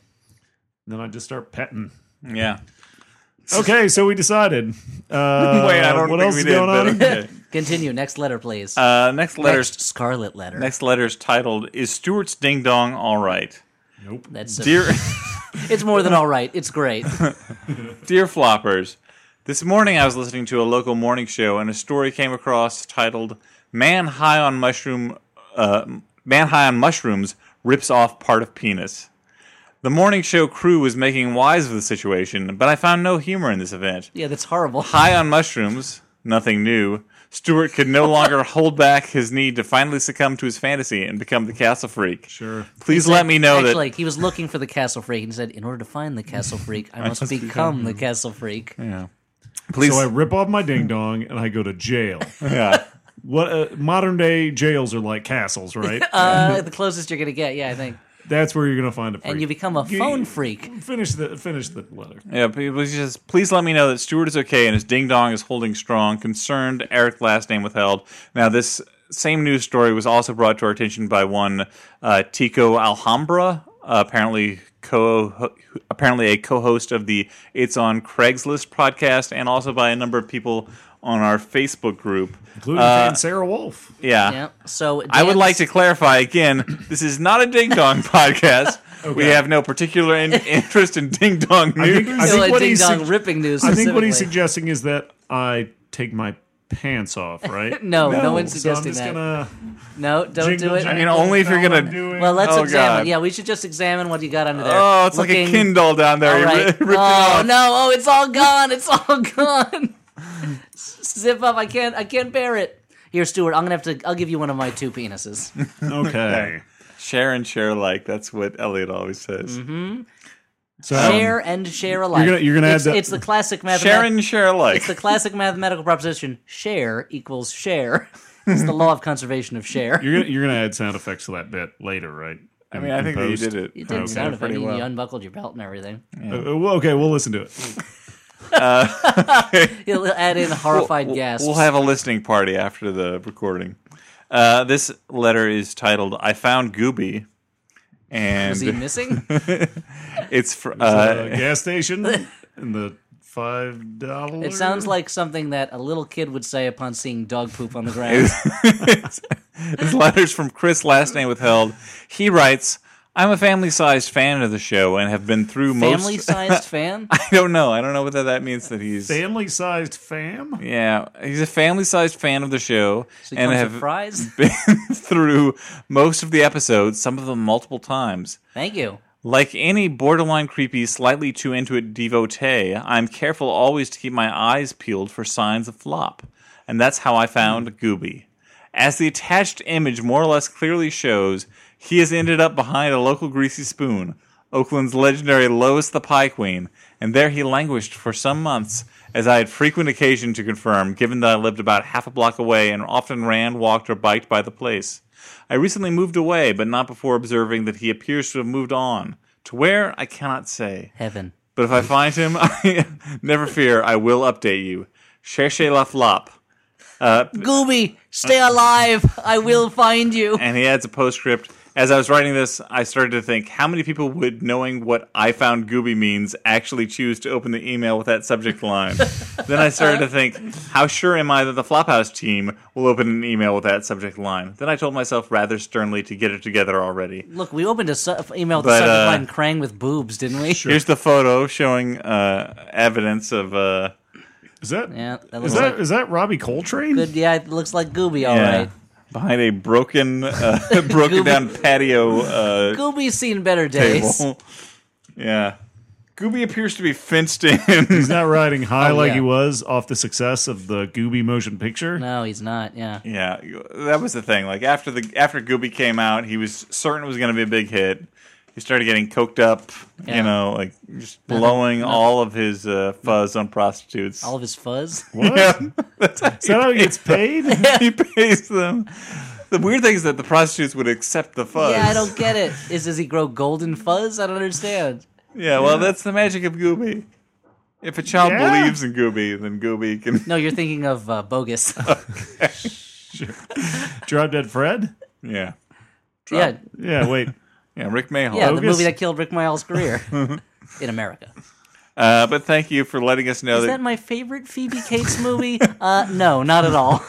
[SPEAKER 3] then I just start petting.
[SPEAKER 1] yeah.
[SPEAKER 3] Okay, so we decided. Uh,
[SPEAKER 1] Wait, I don't
[SPEAKER 3] what
[SPEAKER 1] think
[SPEAKER 3] else
[SPEAKER 1] we
[SPEAKER 3] is
[SPEAKER 1] did.
[SPEAKER 3] going
[SPEAKER 1] but
[SPEAKER 3] on?
[SPEAKER 1] okay.
[SPEAKER 2] Continue. Next letter, please.
[SPEAKER 1] uh, next
[SPEAKER 2] Next
[SPEAKER 1] letters.
[SPEAKER 2] Scarlet letter.
[SPEAKER 1] Next letters titled "Is Stuart's Ding Dong All Right?"
[SPEAKER 3] Nope.
[SPEAKER 2] That's a-
[SPEAKER 1] Dear
[SPEAKER 2] it's more than all right. It's great.
[SPEAKER 1] dear floppers, this morning I was listening to a local morning show and a story came across titled "Man High on Mushroom uh, Man High on Mushrooms Rips Off Part of Penis." The morning show crew was making wise of the situation, but I found no humor in this event.
[SPEAKER 2] Yeah, that's horrible.
[SPEAKER 1] high on mushrooms, nothing new. Stewart could no longer hold back his need to finally succumb to his fantasy and become the castle freak.
[SPEAKER 3] Sure.
[SPEAKER 1] Please let me know
[SPEAKER 2] Actually, he was looking for the castle freak and said, "In order to find the castle freak, I, must, become, the castle freak."
[SPEAKER 1] that. Yeah. Please.
[SPEAKER 3] So I rip off my ding dong and I go to jail.
[SPEAKER 1] yeah.
[SPEAKER 3] What uh, modern day jails are like castles, right?
[SPEAKER 2] Uh, the closest you're gonna get, yeah, I think.
[SPEAKER 3] That's where you're gonna find a freak.
[SPEAKER 2] And you become a
[SPEAKER 3] You-
[SPEAKER 2] phone freak.
[SPEAKER 1] Ah.
[SPEAKER 3] finish the finish the letter.
[SPEAKER 1] Yeah, please just please let me know that Stewart is okay and his ding dong is holding strong. Concerned, Eric last name withheld. Now this same news story was also brought to our attention by one uh, Tico Alhambra, uh, apparently co apparently a co-host of the It's on Craigslist podcast, and also by a number of people on our Facebook group.
[SPEAKER 3] Including fan Sarah Wolf.
[SPEAKER 1] Yeah.
[SPEAKER 2] Yeah. So
[SPEAKER 1] I would
[SPEAKER 2] Dan's-
[SPEAKER 1] like to clarify again. This is not a ding dong podcast. We have no particular in- interest in ding dong news.
[SPEAKER 3] think- I
[SPEAKER 2] So a
[SPEAKER 3] what
[SPEAKER 2] ding
[SPEAKER 3] he's
[SPEAKER 2] dong
[SPEAKER 3] sug-
[SPEAKER 2] ripping news.
[SPEAKER 3] I think what he's
[SPEAKER 2] specifically.
[SPEAKER 3] suggesting is that I take my pants off, right?
[SPEAKER 2] No, no, one's
[SPEAKER 3] So I'm
[SPEAKER 2] suggesting
[SPEAKER 3] just
[SPEAKER 2] that.
[SPEAKER 3] gonna
[SPEAKER 2] No, don't do
[SPEAKER 3] jingle,
[SPEAKER 2] it.
[SPEAKER 1] I mean,
[SPEAKER 3] jangle,
[SPEAKER 1] only if
[SPEAKER 3] that's
[SPEAKER 1] you're
[SPEAKER 3] not what
[SPEAKER 1] gonna-
[SPEAKER 3] I'm doing.
[SPEAKER 2] well, let's
[SPEAKER 1] oh,
[SPEAKER 2] examine.
[SPEAKER 1] God.
[SPEAKER 2] Yeah, we should just examine what you got under there.
[SPEAKER 1] Oh, it's like a
[SPEAKER 2] Looking-
[SPEAKER 1] Kindle down there.
[SPEAKER 2] All
[SPEAKER 1] He
[SPEAKER 2] right.
[SPEAKER 1] ripped it
[SPEAKER 2] Oh
[SPEAKER 1] off.
[SPEAKER 2] no! Oh, it's all gone! It's all gone! Zip up! I can't! I can't bear it. Here, Stuart, I'm gonna have to. I'll give you one of my two penises.
[SPEAKER 3] Okay.
[SPEAKER 1] Share and share like. That's what Elliot always says.
[SPEAKER 2] Mm-hmm.
[SPEAKER 3] So
[SPEAKER 2] share
[SPEAKER 1] Um,
[SPEAKER 2] and share alike.
[SPEAKER 3] You're gonna- you're gonna
[SPEAKER 2] it's,
[SPEAKER 3] add the-
[SPEAKER 2] it's the classic
[SPEAKER 1] Share
[SPEAKER 2] mathematical.
[SPEAKER 1] and share like.
[SPEAKER 2] It's the classic mathematical proposition: share equals share. It's the law of conservation of share.
[SPEAKER 3] you're gonna you're gonna add sound effects to that bit later, right?
[SPEAKER 1] I mean, I think that you did it.
[SPEAKER 2] You didn't
[SPEAKER 3] Okay,
[SPEAKER 2] sound of it.
[SPEAKER 1] pretty
[SPEAKER 2] You
[SPEAKER 1] well.
[SPEAKER 2] unbuckled your belt and everything.
[SPEAKER 3] okay, Uh, we'll listen to it.
[SPEAKER 2] He'll add in horrified
[SPEAKER 1] we'll,
[SPEAKER 2] gasps.
[SPEAKER 1] We'll have a listening party after the recording. Uh, this letter is titled "I Found Gooby,"
[SPEAKER 2] Is he
[SPEAKER 1] and
[SPEAKER 2] missing?
[SPEAKER 1] it's fr-
[SPEAKER 3] Uh,
[SPEAKER 1] uh,
[SPEAKER 3] gas station and the five dollars.
[SPEAKER 2] It sounds like something that a little kid would say upon seeing dog poop on the ground.
[SPEAKER 1] This letter's from Chris, last name withheld. He writes, "I'm a family-sized fan of the show and have been through most."
[SPEAKER 2] Family-sized fan.
[SPEAKER 1] I don't know. I don't know whether that means that he's.
[SPEAKER 3] family-sized fam.
[SPEAKER 1] Yeah, he's a family-sized fan of the show and
[SPEAKER 2] Comes
[SPEAKER 1] have
[SPEAKER 2] with fries.
[SPEAKER 1] been through most of the episodes, some of them multiple times.
[SPEAKER 2] Thank you.
[SPEAKER 1] Like any borderline creepy, slightly too into it devotee, I'm careful always to keep my eyes peeled for signs of flop. And that's how I found Gooby. As the attached image more or less clearly shows, he has ended up behind a local greasy spoon, Oakland's legendary Lois the Pie Queen, and there he languished for some months, as I had frequent occasion to confirm, given that I lived about half a block away and often ran, walked, or biked by the place. I recently moved away, but not before observing that he appears to have moved on. To where, I cannot say.
[SPEAKER 2] Heaven.
[SPEAKER 1] But if I find him, I, never fear, I will update you. Cherchez la flop.
[SPEAKER 2] Gooby, stay alive. I will find you.
[SPEAKER 1] And he adds a postscript. As I was writing this, I started to think how many people would, knowing what I found Gooby means, actually choose to open the email with that subject line. then I started to think, how sure am I that the Flophouse team will open an email with that subject line? Then I told myself rather sternly to get it together already.
[SPEAKER 2] Look, we opened a su- email with the
[SPEAKER 1] But,
[SPEAKER 2] subject
[SPEAKER 1] uh,
[SPEAKER 2] line "Krang with boobs," didn't we?
[SPEAKER 1] Here's the photo showing uh, evidence of. Uh,
[SPEAKER 3] Is that
[SPEAKER 2] Yeah, that
[SPEAKER 3] is
[SPEAKER 2] looks
[SPEAKER 3] that
[SPEAKER 2] like
[SPEAKER 3] is that Robbie Coltrane?
[SPEAKER 2] good. Yeah, it looks like Gooby. All right.
[SPEAKER 1] yeah, Behind a broken, uh, broken down patio uh,
[SPEAKER 2] Gooby's seen better days.
[SPEAKER 1] table. Yeah. Gooby appears to be fenced in.
[SPEAKER 3] He's not riding high
[SPEAKER 1] Oh,
[SPEAKER 3] like
[SPEAKER 2] yeah.
[SPEAKER 3] he was off the success of the Gooby motion picture.
[SPEAKER 2] No, he's not. Yeah.
[SPEAKER 1] yeah, that was the thing. Like after the after Gooby came out, he was certain it was going to be a big hit. He started getting coked up,
[SPEAKER 2] Yeah.
[SPEAKER 1] you know, like just blowing all of his uh, fuzz on prostitutes.
[SPEAKER 2] All of his fuzz.
[SPEAKER 3] What? Is that how he gets paid?
[SPEAKER 1] he pays them. The weird thing is that the prostitutes would accept the fuzz.
[SPEAKER 2] Yeah, I don't get it. Is does he grow golden fuzz? I don't understand.
[SPEAKER 1] Yeah, well, that's the magic of Gooby. If a child
[SPEAKER 3] Yeah.
[SPEAKER 1] believes in Gooby, then Gooby can.
[SPEAKER 2] No, you're thinking of uh, bogus.
[SPEAKER 3] Drop Dead Fred?
[SPEAKER 1] Yeah,
[SPEAKER 2] yeah,
[SPEAKER 3] Yeah, wait.
[SPEAKER 1] yeah. Rick Mayall.
[SPEAKER 2] yeah, the
[SPEAKER 3] Bogus?
[SPEAKER 2] movie that killed Rick Mayall's career in America.
[SPEAKER 1] Uh, but thank you for letting us know
[SPEAKER 2] Is
[SPEAKER 1] that,
[SPEAKER 2] that my favorite Phoebe Cates movie? Uh, no, not at all.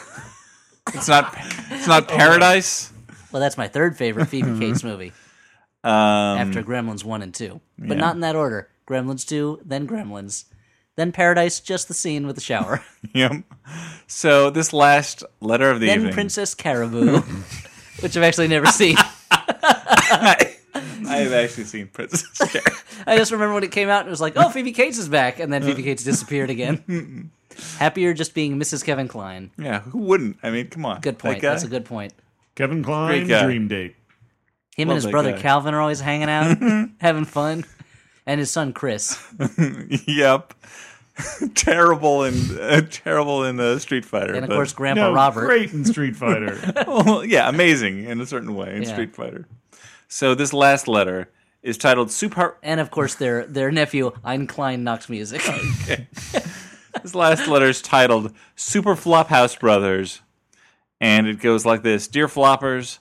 [SPEAKER 1] it's not it's
[SPEAKER 2] Oh,
[SPEAKER 1] not paradise.
[SPEAKER 2] Well, that's my third favorite Phoebe Cates movie
[SPEAKER 1] Mm-hmm. Um,
[SPEAKER 2] after Gremlins one and two, but
[SPEAKER 1] yeah.
[SPEAKER 2] not in that order. Gremlins two, then Gremlins, then Paradise, just the scene with the shower,
[SPEAKER 1] Yep. So this last letter of the
[SPEAKER 2] then
[SPEAKER 1] evening.
[SPEAKER 2] Princess Caribou, which I've actually never seen.
[SPEAKER 1] I have actually seen Princess Carrie.
[SPEAKER 2] I just remember when it came out and it was like, oh, Phoebe Cates is back, and then Phoebe Cates disappeared again. Happier just being Mrs. Kevin Klein.
[SPEAKER 1] yeah, who wouldn't? I mean, come on.
[SPEAKER 2] Good
[SPEAKER 1] That
[SPEAKER 2] point.
[SPEAKER 1] guy?
[SPEAKER 2] That's a good point.
[SPEAKER 3] Kevin Klein,
[SPEAKER 1] Great guy.
[SPEAKER 3] Dream Date.
[SPEAKER 2] Him
[SPEAKER 1] Love
[SPEAKER 2] and his
[SPEAKER 1] that
[SPEAKER 2] brother
[SPEAKER 1] guy.
[SPEAKER 2] Calvin are always hanging out, having fun, and his son Chris.
[SPEAKER 1] Yep. terrible and uh, terrible in uh, Street Fighter.
[SPEAKER 2] And of
[SPEAKER 1] but-
[SPEAKER 2] course, Grandpa
[SPEAKER 3] No,
[SPEAKER 2] Robert.
[SPEAKER 3] great in Street Fighter.
[SPEAKER 1] well, yeah, amazing in a certain way in
[SPEAKER 2] Yeah.
[SPEAKER 1] Street Fighter. So this last letter is titled Super.
[SPEAKER 2] And of course, their their nephew Ein Klein Knox Music.
[SPEAKER 1] This last letter is titled Super Flophouse Brothers. And it goes like this Dear Floppers,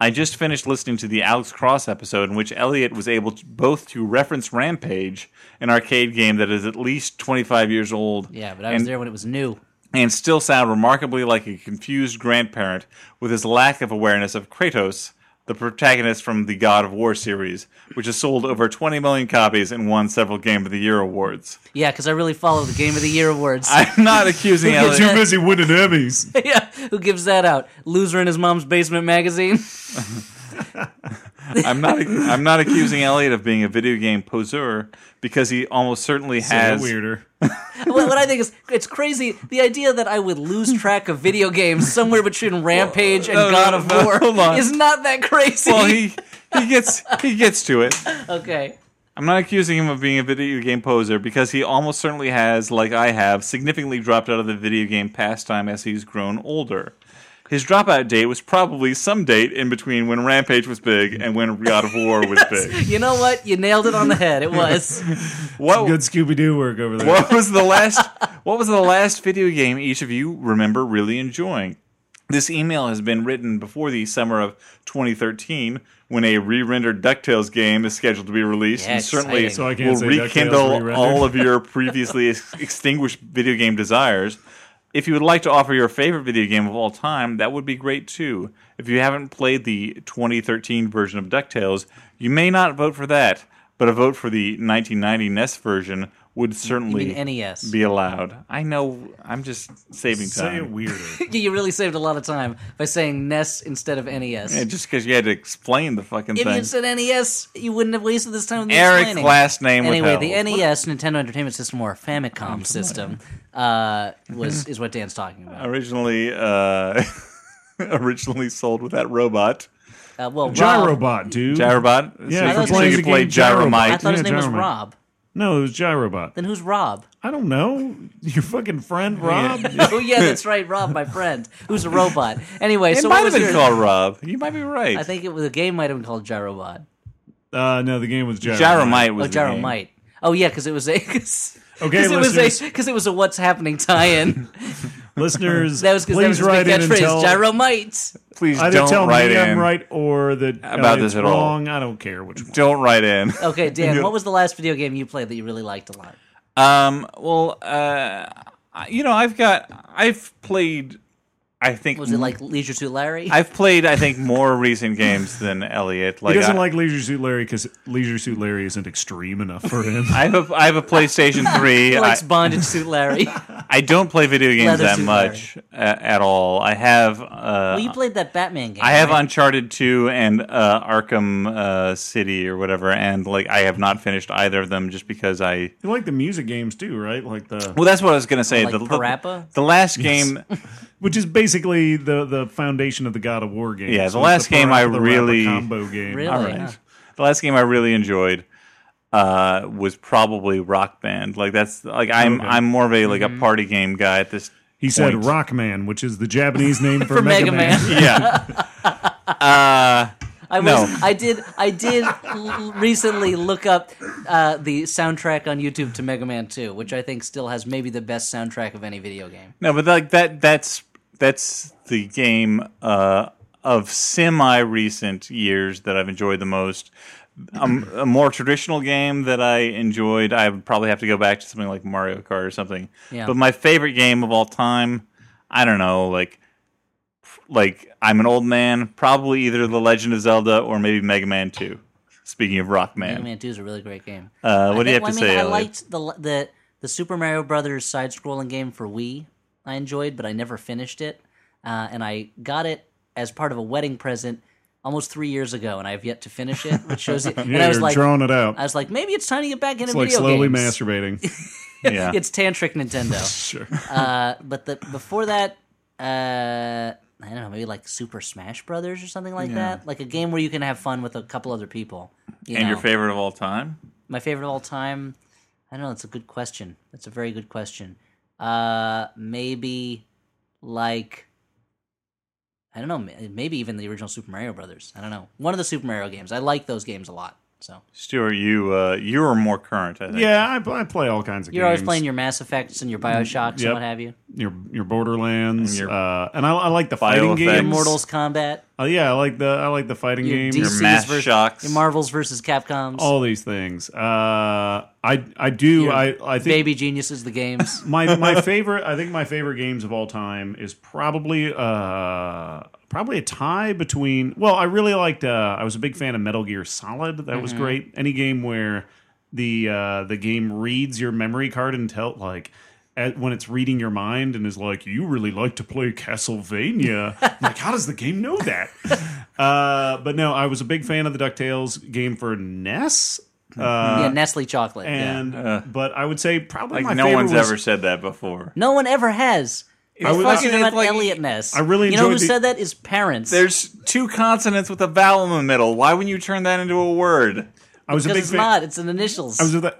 [SPEAKER 1] I just finished listening to the Alex Cross episode in which Elliot was able to, both to reference Rampage, an arcade game that is at least 25 years old.
[SPEAKER 2] yeah, but I was
[SPEAKER 1] and,
[SPEAKER 2] there when it was new.
[SPEAKER 1] and still sound remarkably like a confused grandparent with his lack of awareness of Kratos, the protagonist from the God of War series, which has sold over 20 million copies and won several Game of the Year awards.
[SPEAKER 2] Yeah, because I really follow the Game of the Year awards.
[SPEAKER 1] I'm not accusing
[SPEAKER 3] You're
[SPEAKER 1] Elliot.
[SPEAKER 3] too busy winning Emmys.
[SPEAKER 2] yeah, who gives that out? Loser in his mom's basement magazine.
[SPEAKER 1] I'm not. I'm not accusing Elliot of being a video game poseur because he almost certainly
[SPEAKER 3] As,
[SPEAKER 1] has.
[SPEAKER 3] weirder.
[SPEAKER 2] what, what I think is it's crazy. The idea that I would lose track of video games somewhere between Rampage and
[SPEAKER 1] Oh, no, no,
[SPEAKER 2] God of
[SPEAKER 1] no,
[SPEAKER 2] War
[SPEAKER 1] hold on.
[SPEAKER 2] is not that crazy.
[SPEAKER 1] Well, he he gets he gets to it.
[SPEAKER 2] okay.
[SPEAKER 1] I'm not accusing him of being a video game poser because he almost certainly has, like I have, significantly dropped out of the video game pastime as he's grown older. His dropout date was probably some date in between when Rampage was big and when God of War was big.
[SPEAKER 2] You know what? You nailed it on the head. It was.
[SPEAKER 1] What
[SPEAKER 3] Good Scooby Doo work over there.
[SPEAKER 1] what was the last what was the last video game each of you remember really enjoying this email has been written before the summer of 2013 when a re-rendered ducktales game is scheduled to be released
[SPEAKER 2] Yeah,
[SPEAKER 1] and certainly
[SPEAKER 2] exciting. So
[SPEAKER 3] I can't
[SPEAKER 1] will
[SPEAKER 3] say DuckTales
[SPEAKER 1] rekindle
[SPEAKER 3] re-rendered.
[SPEAKER 1] all of your previously ex- extinguished video game desires if you would like to offer your favorite video game of all time, that would be great too. If you haven't played the 2013 version of DuckTales, you may not vote for that, but a vote for the 1990 NES E version would certainly
[SPEAKER 2] mean E NES.
[SPEAKER 1] be allowed. I know, I'm just saving
[SPEAKER 3] Say it
[SPEAKER 1] time.
[SPEAKER 3] weirder.
[SPEAKER 2] you really saved a lot of time by saying NES instead of E NES.
[SPEAKER 1] Yeah, just because you had to explain the fucking
[SPEAKER 2] if
[SPEAKER 1] thing.
[SPEAKER 2] you'd said NES, you wouldn't have wasted this time. with me
[SPEAKER 1] Eric's
[SPEAKER 2] explaining.
[SPEAKER 1] last name was
[SPEAKER 2] Anyway, the E
[SPEAKER 1] held.
[SPEAKER 2] NES Nintendo Entertainment System or Famicom system uh, was is what Dan's talking about.
[SPEAKER 1] originally, uh, originally sold with that robot.
[SPEAKER 2] Uh, well, Rob-
[SPEAKER 3] Gyrobot, dude.
[SPEAKER 1] Gyrobot.
[SPEAKER 3] Yeah,
[SPEAKER 1] So
[SPEAKER 2] I
[SPEAKER 1] you
[SPEAKER 2] thought
[SPEAKER 1] can-
[SPEAKER 2] his
[SPEAKER 1] so
[SPEAKER 2] name
[SPEAKER 1] you
[SPEAKER 2] was
[SPEAKER 1] can play
[SPEAKER 3] the game
[SPEAKER 1] Gyromite.
[SPEAKER 2] I thought
[SPEAKER 3] Yeah,
[SPEAKER 2] his name was
[SPEAKER 3] Jeremy.
[SPEAKER 2] Rob.
[SPEAKER 3] No, it was Gyrobot.
[SPEAKER 2] Then who's Rob?
[SPEAKER 3] I don't know. Your fucking friend Rob.
[SPEAKER 2] oh yeah, that's right, Rob, my friend, who's a robot. Anyway,
[SPEAKER 1] It
[SPEAKER 2] so
[SPEAKER 1] might
[SPEAKER 2] what
[SPEAKER 1] have been
[SPEAKER 2] was your-
[SPEAKER 1] called Rob. You might be right.
[SPEAKER 2] I think it was the game might have been called Gyrobot.
[SPEAKER 3] Uh, no, the game was Gyromite.
[SPEAKER 1] Gyromite was
[SPEAKER 2] Oh,
[SPEAKER 1] the name.
[SPEAKER 2] Gyromite. Oh yeah, because it was a because
[SPEAKER 3] Okay,
[SPEAKER 2] it was a
[SPEAKER 3] listeners.
[SPEAKER 2] because it was a what's happening tie-in.
[SPEAKER 3] Listeners,
[SPEAKER 2] That was because that
[SPEAKER 3] please
[SPEAKER 2] was his
[SPEAKER 3] write
[SPEAKER 2] big
[SPEAKER 3] in and
[SPEAKER 2] catchphrase,
[SPEAKER 3] tell,
[SPEAKER 2] Gyromite.
[SPEAKER 1] Please
[SPEAKER 3] either
[SPEAKER 1] don't
[SPEAKER 3] tell
[SPEAKER 1] write
[SPEAKER 3] me
[SPEAKER 1] in.
[SPEAKER 3] I'm right or that
[SPEAKER 1] About this
[SPEAKER 3] Elliot's
[SPEAKER 1] at all.
[SPEAKER 3] wrong. I don't care which one.
[SPEAKER 1] Don't write in.
[SPEAKER 2] Okay, Dan, what was the last video game you played that you really liked a lot?
[SPEAKER 1] Um. Well. Uh. I- You know, I've got. I've played. I think.
[SPEAKER 2] Was it like Leisure Suit Larry?
[SPEAKER 1] I've played. I think more recent games than Elliot. Like
[SPEAKER 3] He doesn't
[SPEAKER 1] I,
[SPEAKER 3] like Leisure Suit Larry because Leisure Suit Larry isn't extreme enough for him.
[SPEAKER 1] I have a, I have a PlayStation 3.
[SPEAKER 2] He
[SPEAKER 1] I,
[SPEAKER 2] likes Bondage Suit Larry.
[SPEAKER 1] I don't play video games
[SPEAKER 2] Leather
[SPEAKER 1] that
[SPEAKER 2] suit
[SPEAKER 1] much uh, at all. I have uh,
[SPEAKER 2] well, you played that Batman game.
[SPEAKER 1] I have
[SPEAKER 2] right?
[SPEAKER 1] Uncharted 2 and uh, Arkham uh, City or whatever and like I have not finished either of them just because I
[SPEAKER 3] you like the music games too, right? Like the
[SPEAKER 1] Well, that's what I was going to say.
[SPEAKER 2] Like
[SPEAKER 1] the, the,
[SPEAKER 2] Parappa?
[SPEAKER 1] the last game
[SPEAKER 3] which is basically the the foundation of the God of War game.
[SPEAKER 1] Yeah, the
[SPEAKER 3] So it's
[SPEAKER 1] last game I
[SPEAKER 3] Parappa the Rapper
[SPEAKER 1] really-
[SPEAKER 3] combo game.
[SPEAKER 2] Really?
[SPEAKER 1] All right.
[SPEAKER 2] huh?
[SPEAKER 1] The last game I really enjoyed uh, was probably Rock Band. Like that's like I'm
[SPEAKER 3] Okay.
[SPEAKER 1] I'm more of a like
[SPEAKER 2] Mm-hmm.
[SPEAKER 1] a party game guy at this.
[SPEAKER 3] He said
[SPEAKER 1] Point.
[SPEAKER 3] Rockman, which is the Japanese name for,
[SPEAKER 2] For Mega Man.
[SPEAKER 1] Yeah. uh,
[SPEAKER 2] I was.
[SPEAKER 1] No.
[SPEAKER 2] I did. I did l- recently look up uh, the soundtrack on YouTube to Mega Man Two, which I think still has maybe the best soundtrack of any video game.
[SPEAKER 1] no, but like that that's that's the game uh, of semi recent years that I've enjoyed the most. Um, a more traditional game that I enjoyed, I would probably have to go back to something like Mario Kart or something.
[SPEAKER 2] Yeah.
[SPEAKER 1] But my favorite game of all time, I don't know, like like I'm an old man, probably either The Legend of Zelda or maybe Mega Man 2. Speaking of Rock
[SPEAKER 2] Mega
[SPEAKER 1] Man,
[SPEAKER 2] Man Two is a really great game.
[SPEAKER 1] uh, what do you have to
[SPEAKER 2] I
[SPEAKER 1] say?
[SPEAKER 2] mean, I
[SPEAKER 1] Elliot?
[SPEAKER 2] liked the the the Super Mario Brothers side-scrolling game for Wii. I enjoyed, but I never finished it. Uh, and I got it as part of a wedding present almost three years ago, and I have yet to finish it, which shows it. and
[SPEAKER 3] Yeah,
[SPEAKER 2] I was
[SPEAKER 3] you're
[SPEAKER 2] like,
[SPEAKER 3] drawing it out.
[SPEAKER 2] I was like, maybe it's time to get back into
[SPEAKER 3] it's like
[SPEAKER 2] video
[SPEAKER 3] slowly
[SPEAKER 2] games.
[SPEAKER 3] masturbating.
[SPEAKER 1] yeah.
[SPEAKER 2] It's tantric Nintendo.
[SPEAKER 3] sure.
[SPEAKER 2] Uh, but the before that, uh, I don't know, maybe like Super Smash Brothers or something like that, like a game where you can have fun with a couple other people. you
[SPEAKER 1] and
[SPEAKER 2] know?
[SPEAKER 1] your favorite of all time?
[SPEAKER 2] my favorite of all time. I don't know. That's a good question. That's a very good question. Uh, maybe like I don't know. ma- Maybe even the original Super Mario Brothers. I don't know. One of the Super Mario games. I like those games a lot. So
[SPEAKER 1] Stuart, you uh, you are more current, I think.
[SPEAKER 3] Yeah, I, pl- I play all kinds of
[SPEAKER 2] you're
[SPEAKER 3] games.
[SPEAKER 2] always playing your Mass Effects and your Bioshocks and
[SPEAKER 3] Yep.
[SPEAKER 2] what have you.
[SPEAKER 3] your your Borderlands,
[SPEAKER 1] And your-
[SPEAKER 3] and, uh, and I, I like the fighting
[SPEAKER 1] Bioeffects.
[SPEAKER 3] games.
[SPEAKER 2] Immortals Combat,
[SPEAKER 3] Uh, yeah, I like the I like the fighting
[SPEAKER 2] Your
[SPEAKER 3] games.
[SPEAKER 2] DC
[SPEAKER 1] Your
[SPEAKER 2] DC's
[SPEAKER 1] mass
[SPEAKER 2] versus-
[SPEAKER 1] shocks.
[SPEAKER 2] your Marvels versus Capcoms,
[SPEAKER 3] all these things. Uh, I I do.
[SPEAKER 2] Your
[SPEAKER 3] I I think
[SPEAKER 2] Baby Geniuses, the games.
[SPEAKER 3] my my favorite. I think my favorite games of all time is probably uh probably a tie between. Well, I really liked. Uh, I was a big fan of Metal Gear Solid. That was great. Any game where the uh, the game reads your memory card and tell like. At, when it's reading your mind and is like, you really like to play Castlevania. I'm like, how does the game know that? Uh, but no, I was a big fan of the Ducktales game for NES. Uh,
[SPEAKER 2] yeah, Nestle Chocolate. yeah.
[SPEAKER 3] and but I would say probably
[SPEAKER 1] like
[SPEAKER 3] my
[SPEAKER 1] no
[SPEAKER 3] favorite
[SPEAKER 1] one's
[SPEAKER 3] was-
[SPEAKER 1] ever said that before.
[SPEAKER 2] No one ever has. It's
[SPEAKER 1] would-
[SPEAKER 2] fucking
[SPEAKER 1] it's
[SPEAKER 2] about
[SPEAKER 1] like-
[SPEAKER 2] Elliot Ness.
[SPEAKER 3] I really
[SPEAKER 2] You know who
[SPEAKER 3] enjoyed the-
[SPEAKER 2] said that is parents.
[SPEAKER 1] There's two consonants with a vowel in the middle. Why wouldn't you turn that into a word?
[SPEAKER 3] I was a
[SPEAKER 2] Because
[SPEAKER 3] big
[SPEAKER 2] it's
[SPEAKER 3] fan.
[SPEAKER 2] not. It's an initials.
[SPEAKER 3] I was a,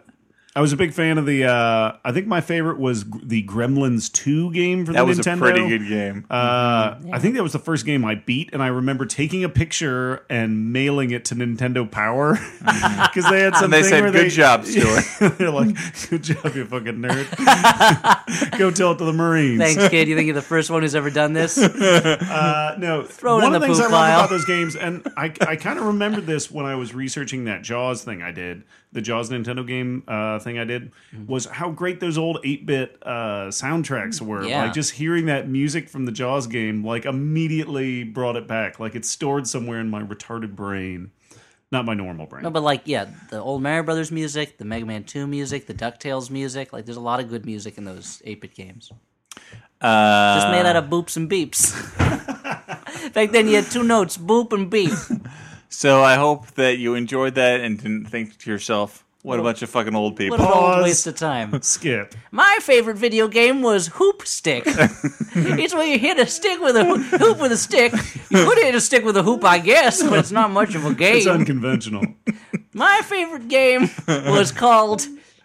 [SPEAKER 3] I was a big fan of the. Uh, I think my favorite was g- the Gremlins Two game for
[SPEAKER 1] That
[SPEAKER 3] the
[SPEAKER 1] was
[SPEAKER 3] Nintendo.
[SPEAKER 1] a pretty good game.
[SPEAKER 2] Um,
[SPEAKER 3] Uh, I think that was the first game I beat, and I remember taking a picture and mailing it to Nintendo Power because they had something.
[SPEAKER 1] and they said,
[SPEAKER 3] where
[SPEAKER 1] "Good job, Stuart."
[SPEAKER 3] They're like, "Good job, you fucking nerd. Go tell it to the Marines."
[SPEAKER 2] Thanks, kid. You think you're the first one who's ever done this?
[SPEAKER 3] Uh, no,
[SPEAKER 2] it
[SPEAKER 3] one
[SPEAKER 2] in
[SPEAKER 3] of
[SPEAKER 2] the
[SPEAKER 3] the things I
[SPEAKER 2] poop
[SPEAKER 3] love
[SPEAKER 2] pile.
[SPEAKER 3] about those games, and I, I kind of remembered this when I was researching that Jaws thing I did, the Jaws Nintendo game uh, thing I did,
[SPEAKER 2] Mm-hmm.
[SPEAKER 3] was how great those old eight bit uh, soundtracks were.
[SPEAKER 2] Yeah.
[SPEAKER 3] Like just hearing that music from the Jaws game, like immediately brought it back. Like it's stored somewhere in my retarded brain, not my normal brain.
[SPEAKER 2] No, but like, yeah, the old Mario Brothers music, the Mega Man 2 music, the DuckTales music. Like, there's a lot of good music in those 8 bit games.
[SPEAKER 1] Uh,
[SPEAKER 2] It's made out of boops and beeps. Back then, you had two notes boop and beep.
[SPEAKER 1] so I hope that you enjoyed that and didn't think to yourself, What a bunch of fucking old people.
[SPEAKER 2] What an old
[SPEAKER 3] Pause.
[SPEAKER 2] waste of time.
[SPEAKER 3] Skip.
[SPEAKER 2] My favorite video game was Hoop Stick. it's where you hit a stick with a ho- hoop with a stick. You could hit a stick with a hoop, I guess, but it's not much of a
[SPEAKER 3] It's
[SPEAKER 2] game.
[SPEAKER 3] unconventional.
[SPEAKER 2] My favorite game was called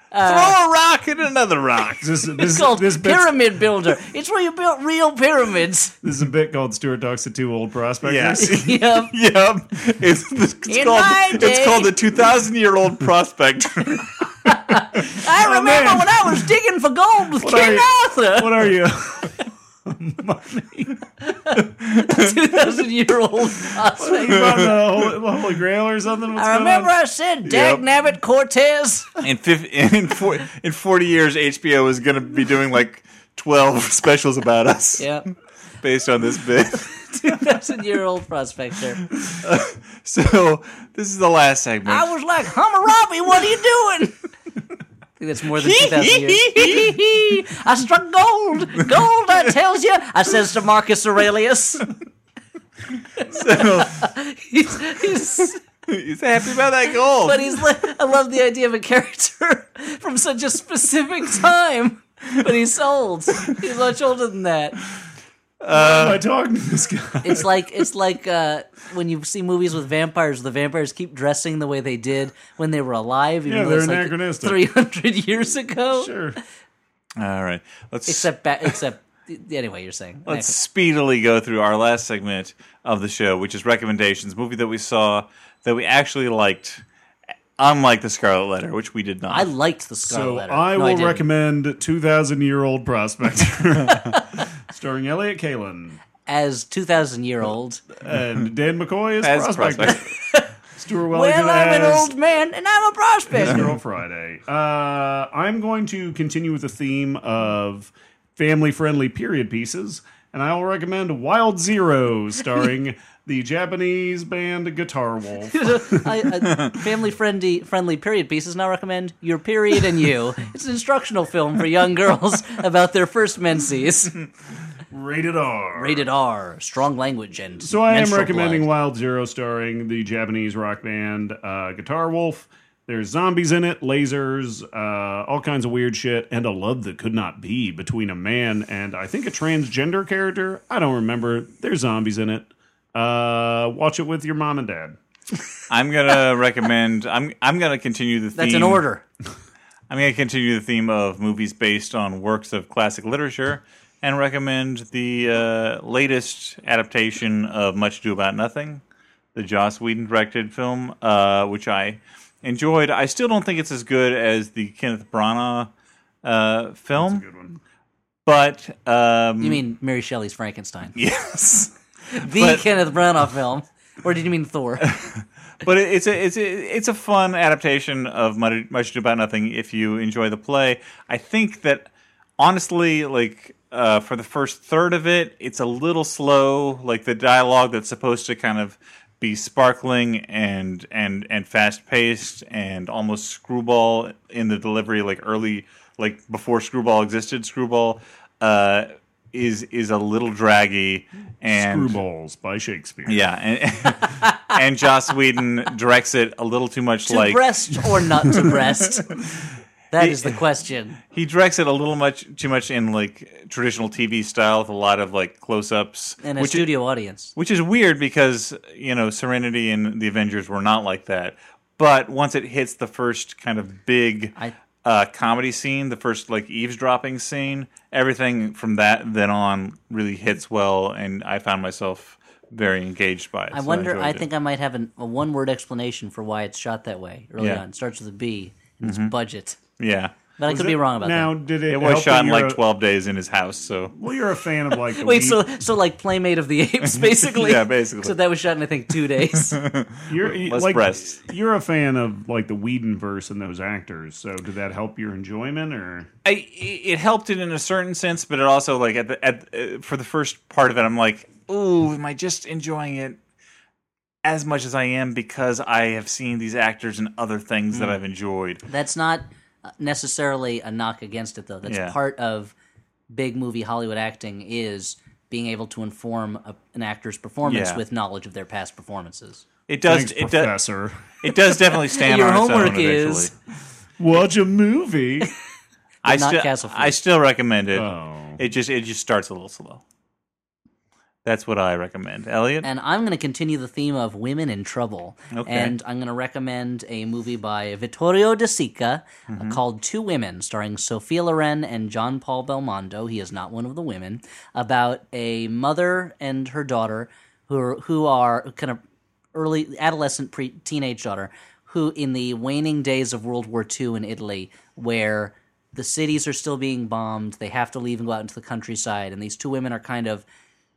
[SPEAKER 2] uh,
[SPEAKER 1] Throw a rock at another rock.
[SPEAKER 3] This
[SPEAKER 2] it's
[SPEAKER 3] this
[SPEAKER 2] called
[SPEAKER 3] this, bit's-
[SPEAKER 2] Pyramid Builder. It's where you built real pyramids.
[SPEAKER 3] this is a bit called Stuart talks to two old prospectors.
[SPEAKER 1] Yes.
[SPEAKER 2] yep.
[SPEAKER 1] Yep. It's, it's,
[SPEAKER 2] In
[SPEAKER 1] called,
[SPEAKER 2] my
[SPEAKER 1] it's
[SPEAKER 2] day-
[SPEAKER 1] called the 2,000 year old prospect.
[SPEAKER 2] I remember
[SPEAKER 3] man.
[SPEAKER 2] when I was digging for gold with
[SPEAKER 3] are
[SPEAKER 2] King
[SPEAKER 3] you-
[SPEAKER 2] Arthur,
[SPEAKER 3] What are you?
[SPEAKER 2] 2,000 year old prospect.
[SPEAKER 3] About the Holy, the Holy Grail or something? What's
[SPEAKER 2] I
[SPEAKER 3] going
[SPEAKER 2] remember
[SPEAKER 3] on?
[SPEAKER 2] I said,
[SPEAKER 1] Yep.
[SPEAKER 2] Dag Nabbit Cortez.
[SPEAKER 1] in, fif- in, for- in 40 years, HBO is going to be doing like 12 specials about us
[SPEAKER 2] Yep.
[SPEAKER 1] based on this bit.
[SPEAKER 2] 2,000 year old prospector.
[SPEAKER 1] So, this is the last segment.
[SPEAKER 2] I was like, Hammurabi, what are you doing? I think that's more than 2,000 years. I struck gold. Gold, I tells you. I says to Marcus Aurelius.
[SPEAKER 1] so,
[SPEAKER 2] He's, he's,
[SPEAKER 1] he's happy about that goal.
[SPEAKER 2] but he's like, I love the idea of a character from such a specific time. But he's old. He's much older than that. Uh,
[SPEAKER 3] Am I talking to this guy?
[SPEAKER 2] It's like it's like uh, when you see movies with vampires, the vampires keep dressing the way they did when they were alive, even
[SPEAKER 3] Yeah,
[SPEAKER 2] though
[SPEAKER 3] they're
[SPEAKER 2] it's like
[SPEAKER 3] anachronistic.
[SPEAKER 2] 300 years ago.
[SPEAKER 3] Sure.
[SPEAKER 1] All right. Let's
[SPEAKER 2] Except, ba- except. Anyway, you're saying.
[SPEAKER 1] Let's speedily go through our last segment of the show, which is recommendations. Movie that we saw that we actually liked, unlike The Scarlet Letter, which we did not.
[SPEAKER 2] I liked the Scarlet
[SPEAKER 3] So
[SPEAKER 2] Letter.
[SPEAKER 3] I
[SPEAKER 2] No,
[SPEAKER 3] will
[SPEAKER 2] didn't.
[SPEAKER 3] recommend 2,000 year old prospector. Starring Elliot Kalin
[SPEAKER 2] as two thousand year old.
[SPEAKER 3] and Dan McCoy as,
[SPEAKER 1] As
[SPEAKER 3] prospector.
[SPEAKER 1] prospect.
[SPEAKER 3] Stuart Wellington
[SPEAKER 2] Well, I'm an
[SPEAKER 3] as
[SPEAKER 2] old man and I'm a prospect.
[SPEAKER 3] Girl Friday. Uh, I'm going to continue with the theme of family friendly period pieces, and I will recommend Wild Zero, starring the Japanese band Guitar Wolf.
[SPEAKER 2] I, I, family friendly friendly period pieces now recommend Your Period and You. It's an instructional film for young girls about their first menses.
[SPEAKER 3] Rated R.
[SPEAKER 2] Rated R, strong language and
[SPEAKER 3] So I am
[SPEAKER 2] menstrual
[SPEAKER 3] recommending
[SPEAKER 2] blood.
[SPEAKER 3] Wild Zero, starring the Japanese rock band uh, Guitar Wolf. There's zombies in it, lasers, uh, all kinds of weird shit, and a love that could not be between a man and I think a transgender character. I don't remember. There's zombies in it. Uh, watch it with your mom and dad.
[SPEAKER 1] I'm gonna recommend. I'm I'm gonna continue the theme.
[SPEAKER 2] That's an order.
[SPEAKER 1] I'm gonna continue the theme of movies based on works of classic literature, and recommend the uh, latest adaptation of Much Ado About Nothing, the Joss Whedon directed film, uh, which I enjoyed. I still don't think it's as good as the Kenneth Branagh uh, film.
[SPEAKER 3] Good one.
[SPEAKER 1] but um,
[SPEAKER 2] You mean Mary Shelley's Frankenstein,
[SPEAKER 1] yes,
[SPEAKER 2] the
[SPEAKER 1] but-
[SPEAKER 2] Kenneth Branagh film, or did you mean Thor?
[SPEAKER 1] but it, it's a it's a, it's a fun adaptation of Much Much Ado About Nothing. If you enjoy the play, I think that honestly, like uh, for the first third of it, it's a little slow. Like the dialogue that's supposed to kind of be sparkling and and and fast paced and almost screwball in the delivery, like early, like before screwball existed. Screwball. Uh, is is a little draggy and
[SPEAKER 3] Screwballs by Shakespeare.
[SPEAKER 1] Yeah, and, and Joss Whedon directs it a little too much
[SPEAKER 2] to
[SPEAKER 1] like
[SPEAKER 2] breast or not to breast? That is the question.
[SPEAKER 1] he directs it a little much too much in like traditional TV style with a lot of like close-ups,
[SPEAKER 2] And a
[SPEAKER 1] which
[SPEAKER 2] studio audience.
[SPEAKER 1] which is weird because you know Serenity and the Avengers were not like that. But once it hits the first kind of big
[SPEAKER 2] I-
[SPEAKER 1] uh, comedy scene, the first like eavesdropping scene, everything from that then on really hits well, and I found myself very engaged by it.
[SPEAKER 2] I
[SPEAKER 1] so
[SPEAKER 2] wonder.
[SPEAKER 1] enjoyed
[SPEAKER 2] I
[SPEAKER 1] it.
[SPEAKER 2] think I might have an, a one-word explanation for why it's shot that way early
[SPEAKER 1] Yeah. Mm-hmm.
[SPEAKER 2] on. It starts with a B. And It's budget,
[SPEAKER 1] yeah.
[SPEAKER 2] but I could be wrong about
[SPEAKER 3] now, did it?
[SPEAKER 1] It was
[SPEAKER 3] help that
[SPEAKER 1] shot in
[SPEAKER 3] you're
[SPEAKER 1] like
[SPEAKER 3] a-
[SPEAKER 1] 12 days in his house, so.
[SPEAKER 3] Well, you're a fan of like. The
[SPEAKER 2] that. Wait,
[SPEAKER 3] Whedon-
[SPEAKER 2] so so like Playmate of the Apes, basically.
[SPEAKER 1] Yeah, basically.
[SPEAKER 2] So that was shot in I think two days.
[SPEAKER 3] You're you-
[SPEAKER 1] Less
[SPEAKER 3] like
[SPEAKER 1] breasts.
[SPEAKER 3] you're a fan of like the Whedon verse and those actors. So did that help your enjoyment or
[SPEAKER 1] I, it helped it in a certain sense, but it also, like, at the, at, uh, for the first part of it, I'm like, ooh, am I just enjoying it as much as I am because I have seen these actors and other things that I've enjoyed?
[SPEAKER 2] That's not uh, necessarily a knock against it, though. That's
[SPEAKER 1] Yeah.
[SPEAKER 2] part of big movie Hollywood acting is being able to inform a, an actor's performance
[SPEAKER 1] Yeah.
[SPEAKER 2] with knowledge of their past performances.
[SPEAKER 1] It does.
[SPEAKER 3] Thanks,
[SPEAKER 1] it does.
[SPEAKER 3] professor.
[SPEAKER 1] It does definitely stand
[SPEAKER 2] Your
[SPEAKER 1] on its
[SPEAKER 2] homework
[SPEAKER 1] own eventually.
[SPEAKER 2] is-
[SPEAKER 3] Watch a movie.
[SPEAKER 1] I
[SPEAKER 2] not
[SPEAKER 1] still,
[SPEAKER 2] Castleford.
[SPEAKER 1] I still recommend it.
[SPEAKER 3] oh.
[SPEAKER 1] It just it just starts a little slow. That's what I recommend, Elliot.
[SPEAKER 2] And I'm going to continue the theme of women in trouble.
[SPEAKER 1] Okay.
[SPEAKER 2] And I'm going to recommend a movie by Vittorio De Sica uh, called Two Women, starring Sophia Loren and John Paul Belmondo. He is not one of the women. About a mother and her daughter who are, who are kind of early adolescent pre teenage daughter who in the waning days of World War II in Italy where the cities are still being bombed, they have to leave and go out into the countryside and these two women are kind of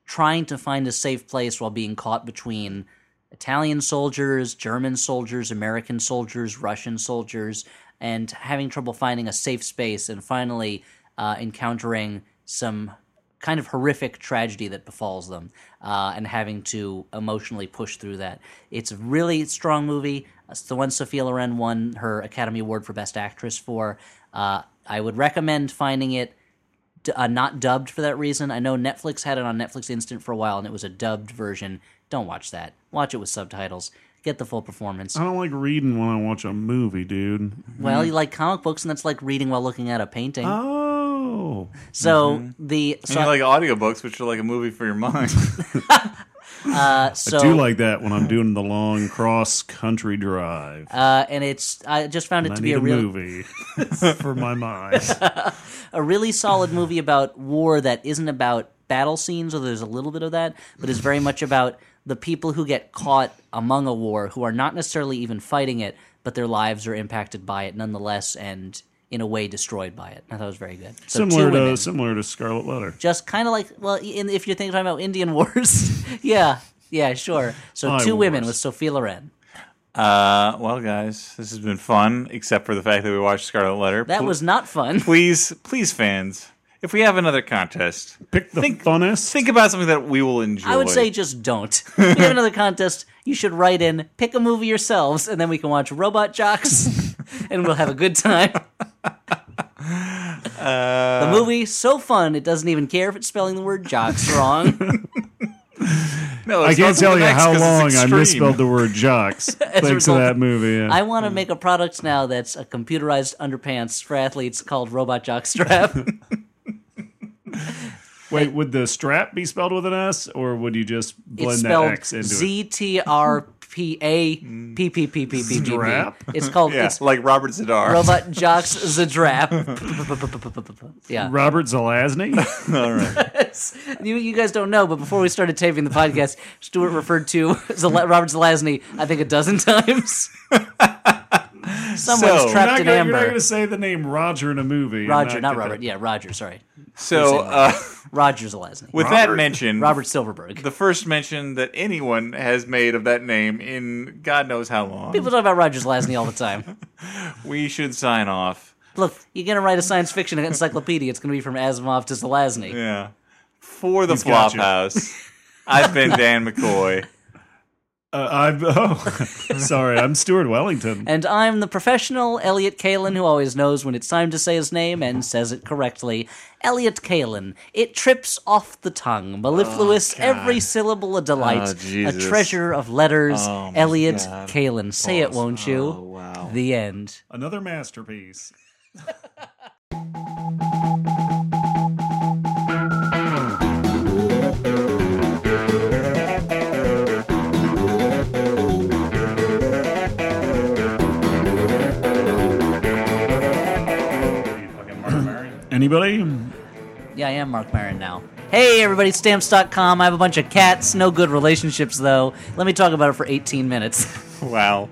[SPEAKER 2] trying to find a safe place while being caught between Italian soldiers, German soldiers, American soldiers, Russian soldiers, and having trouble finding a safe space and finally uh, encountering some kind of horrific tragedy that befalls them uh, and having to emotionally push through that. It's a really strong movie. It's the one Sophia Loren won her Academy Award for Best Actress for. Uh, I would recommend finding it d- uh, not dubbed for that reason. I know Netflix had it on Netflix Instant for a while, and it was a dubbed version. Don't watch that. Watch it with subtitles. Get the full performance.
[SPEAKER 3] I don't like reading when I watch a movie, dude.
[SPEAKER 2] Well, you like comic books, and that's like reading while looking at a painting.
[SPEAKER 3] Oh.
[SPEAKER 2] so the
[SPEAKER 1] And
[SPEAKER 2] so,
[SPEAKER 1] you like audiobooks, which are like a movie for your mind.
[SPEAKER 2] uh, so
[SPEAKER 3] I do like that when I'm doing the long cross country drive.
[SPEAKER 2] uh, and it's I just found it
[SPEAKER 3] I
[SPEAKER 2] to
[SPEAKER 3] need
[SPEAKER 2] be
[SPEAKER 3] a,
[SPEAKER 2] a real
[SPEAKER 3] movie for my mind.
[SPEAKER 2] a really solid movie about war that isn't about battle scenes, although there's a little bit of that, but is very much about the people who get caught among a war who are not necessarily even fighting it, but their lives are impacted by it nonetheless and in a way destroyed by it. I thought it was very good. So two
[SPEAKER 3] similar
[SPEAKER 2] women.
[SPEAKER 3] to similar to Scarlet Letter.
[SPEAKER 2] just kind of like well, in, if you're thinking about Indian wars, yeah, yeah, sure. So
[SPEAKER 3] I
[SPEAKER 2] two women
[SPEAKER 3] wars.
[SPEAKER 2] with Sophia Loren.
[SPEAKER 1] uh, well, guys, this has been fun, except for the fact that we watched Scarlet Letter.
[SPEAKER 2] That
[SPEAKER 1] Pl-
[SPEAKER 2] was not fun.
[SPEAKER 1] please, please, fans. If we have another contest,
[SPEAKER 3] Pick the
[SPEAKER 1] Think-
[SPEAKER 3] funnest.
[SPEAKER 1] think about something that we will enjoy.
[SPEAKER 2] I would say just don't. If we have another contest. You should write in, pick a movie yourselves, and then we can watch Robot Jocks, and we'll have a good time.
[SPEAKER 3] Uh,
[SPEAKER 2] the movie so fun it doesn't even care if it's spelling the word jocks wrong.
[SPEAKER 1] No,
[SPEAKER 3] I
[SPEAKER 1] it's not
[SPEAKER 3] can't tell you
[SPEAKER 1] next
[SPEAKER 3] how
[SPEAKER 1] 'cause
[SPEAKER 3] long
[SPEAKER 1] it's
[SPEAKER 3] I
[SPEAKER 1] extreme.
[SPEAKER 3] misspelled the word jocks thanks to
[SPEAKER 2] result-
[SPEAKER 3] that movie. yeah.
[SPEAKER 2] I want to make a product now that's a computerized underpants for athletes called Robot Jock Strap.
[SPEAKER 3] Wait, would the strap be spelled with an S, or would you just
[SPEAKER 2] It's
[SPEAKER 3] blend that
[SPEAKER 2] spelled
[SPEAKER 3] X into it?
[SPEAKER 2] Z T R P A P P P P P P.
[SPEAKER 3] Strap?
[SPEAKER 2] It's called
[SPEAKER 1] Yeah,
[SPEAKER 2] it's
[SPEAKER 1] like Robert Zadar.
[SPEAKER 2] Robot Jocks Zadrap. Yeah.
[SPEAKER 3] Robert Zelazny?
[SPEAKER 1] All right.
[SPEAKER 2] You, you guys don't know, but before we started taping the podcast, Stuart referred to Zala- Robert Zelazny, I think, a dozen times. Someone's
[SPEAKER 1] So-
[SPEAKER 3] You're not
[SPEAKER 2] trapped in
[SPEAKER 3] gonna- you're not going
[SPEAKER 2] amber.
[SPEAKER 3] to say the name Roger in a movie. and
[SPEAKER 2] Roger, not
[SPEAKER 3] get
[SPEAKER 2] Robert. Yeah, Roger, sorry.
[SPEAKER 1] So, uh,
[SPEAKER 2] Roger Zelazny.
[SPEAKER 1] with that
[SPEAKER 3] Robert.
[SPEAKER 1] mention,
[SPEAKER 2] Robert Silverberg.
[SPEAKER 1] the first mention that anyone has made of that name in God knows how long,
[SPEAKER 2] People talk about Roger Zelazny all the time.
[SPEAKER 1] we should sign off.
[SPEAKER 2] Look, you're going to write a science fiction encyclopedia. It's going to be from Asimov to Zelazny.
[SPEAKER 1] Yeah. For the
[SPEAKER 3] got you.
[SPEAKER 1] Flophouse, I've been Dan McCoy.
[SPEAKER 3] Uh, I'm, oh, sorry. I'm Stuart Wellington.
[SPEAKER 2] And I'm the professional Elliot Kalin who always knows when it's time to say his name and says it correctly. Elliot Kalin. It trips off the tongue. Mellifluous, every syllable a delight.
[SPEAKER 1] Oh,
[SPEAKER 2] a
[SPEAKER 1] Jesus.
[SPEAKER 2] treasure of letters.
[SPEAKER 1] Oh, my
[SPEAKER 2] Elliot
[SPEAKER 1] God.
[SPEAKER 2] Kalin. Say it, won't you?
[SPEAKER 1] Oh, wow.
[SPEAKER 2] The end.
[SPEAKER 3] Another masterpiece. Anybody?
[SPEAKER 2] Yeah, I am Mark Maron now. Hey, everybody, stamps.com. I have a bunch of cats. No good relationships, though. Let me talk about it for 18 minutes.
[SPEAKER 1] Wow.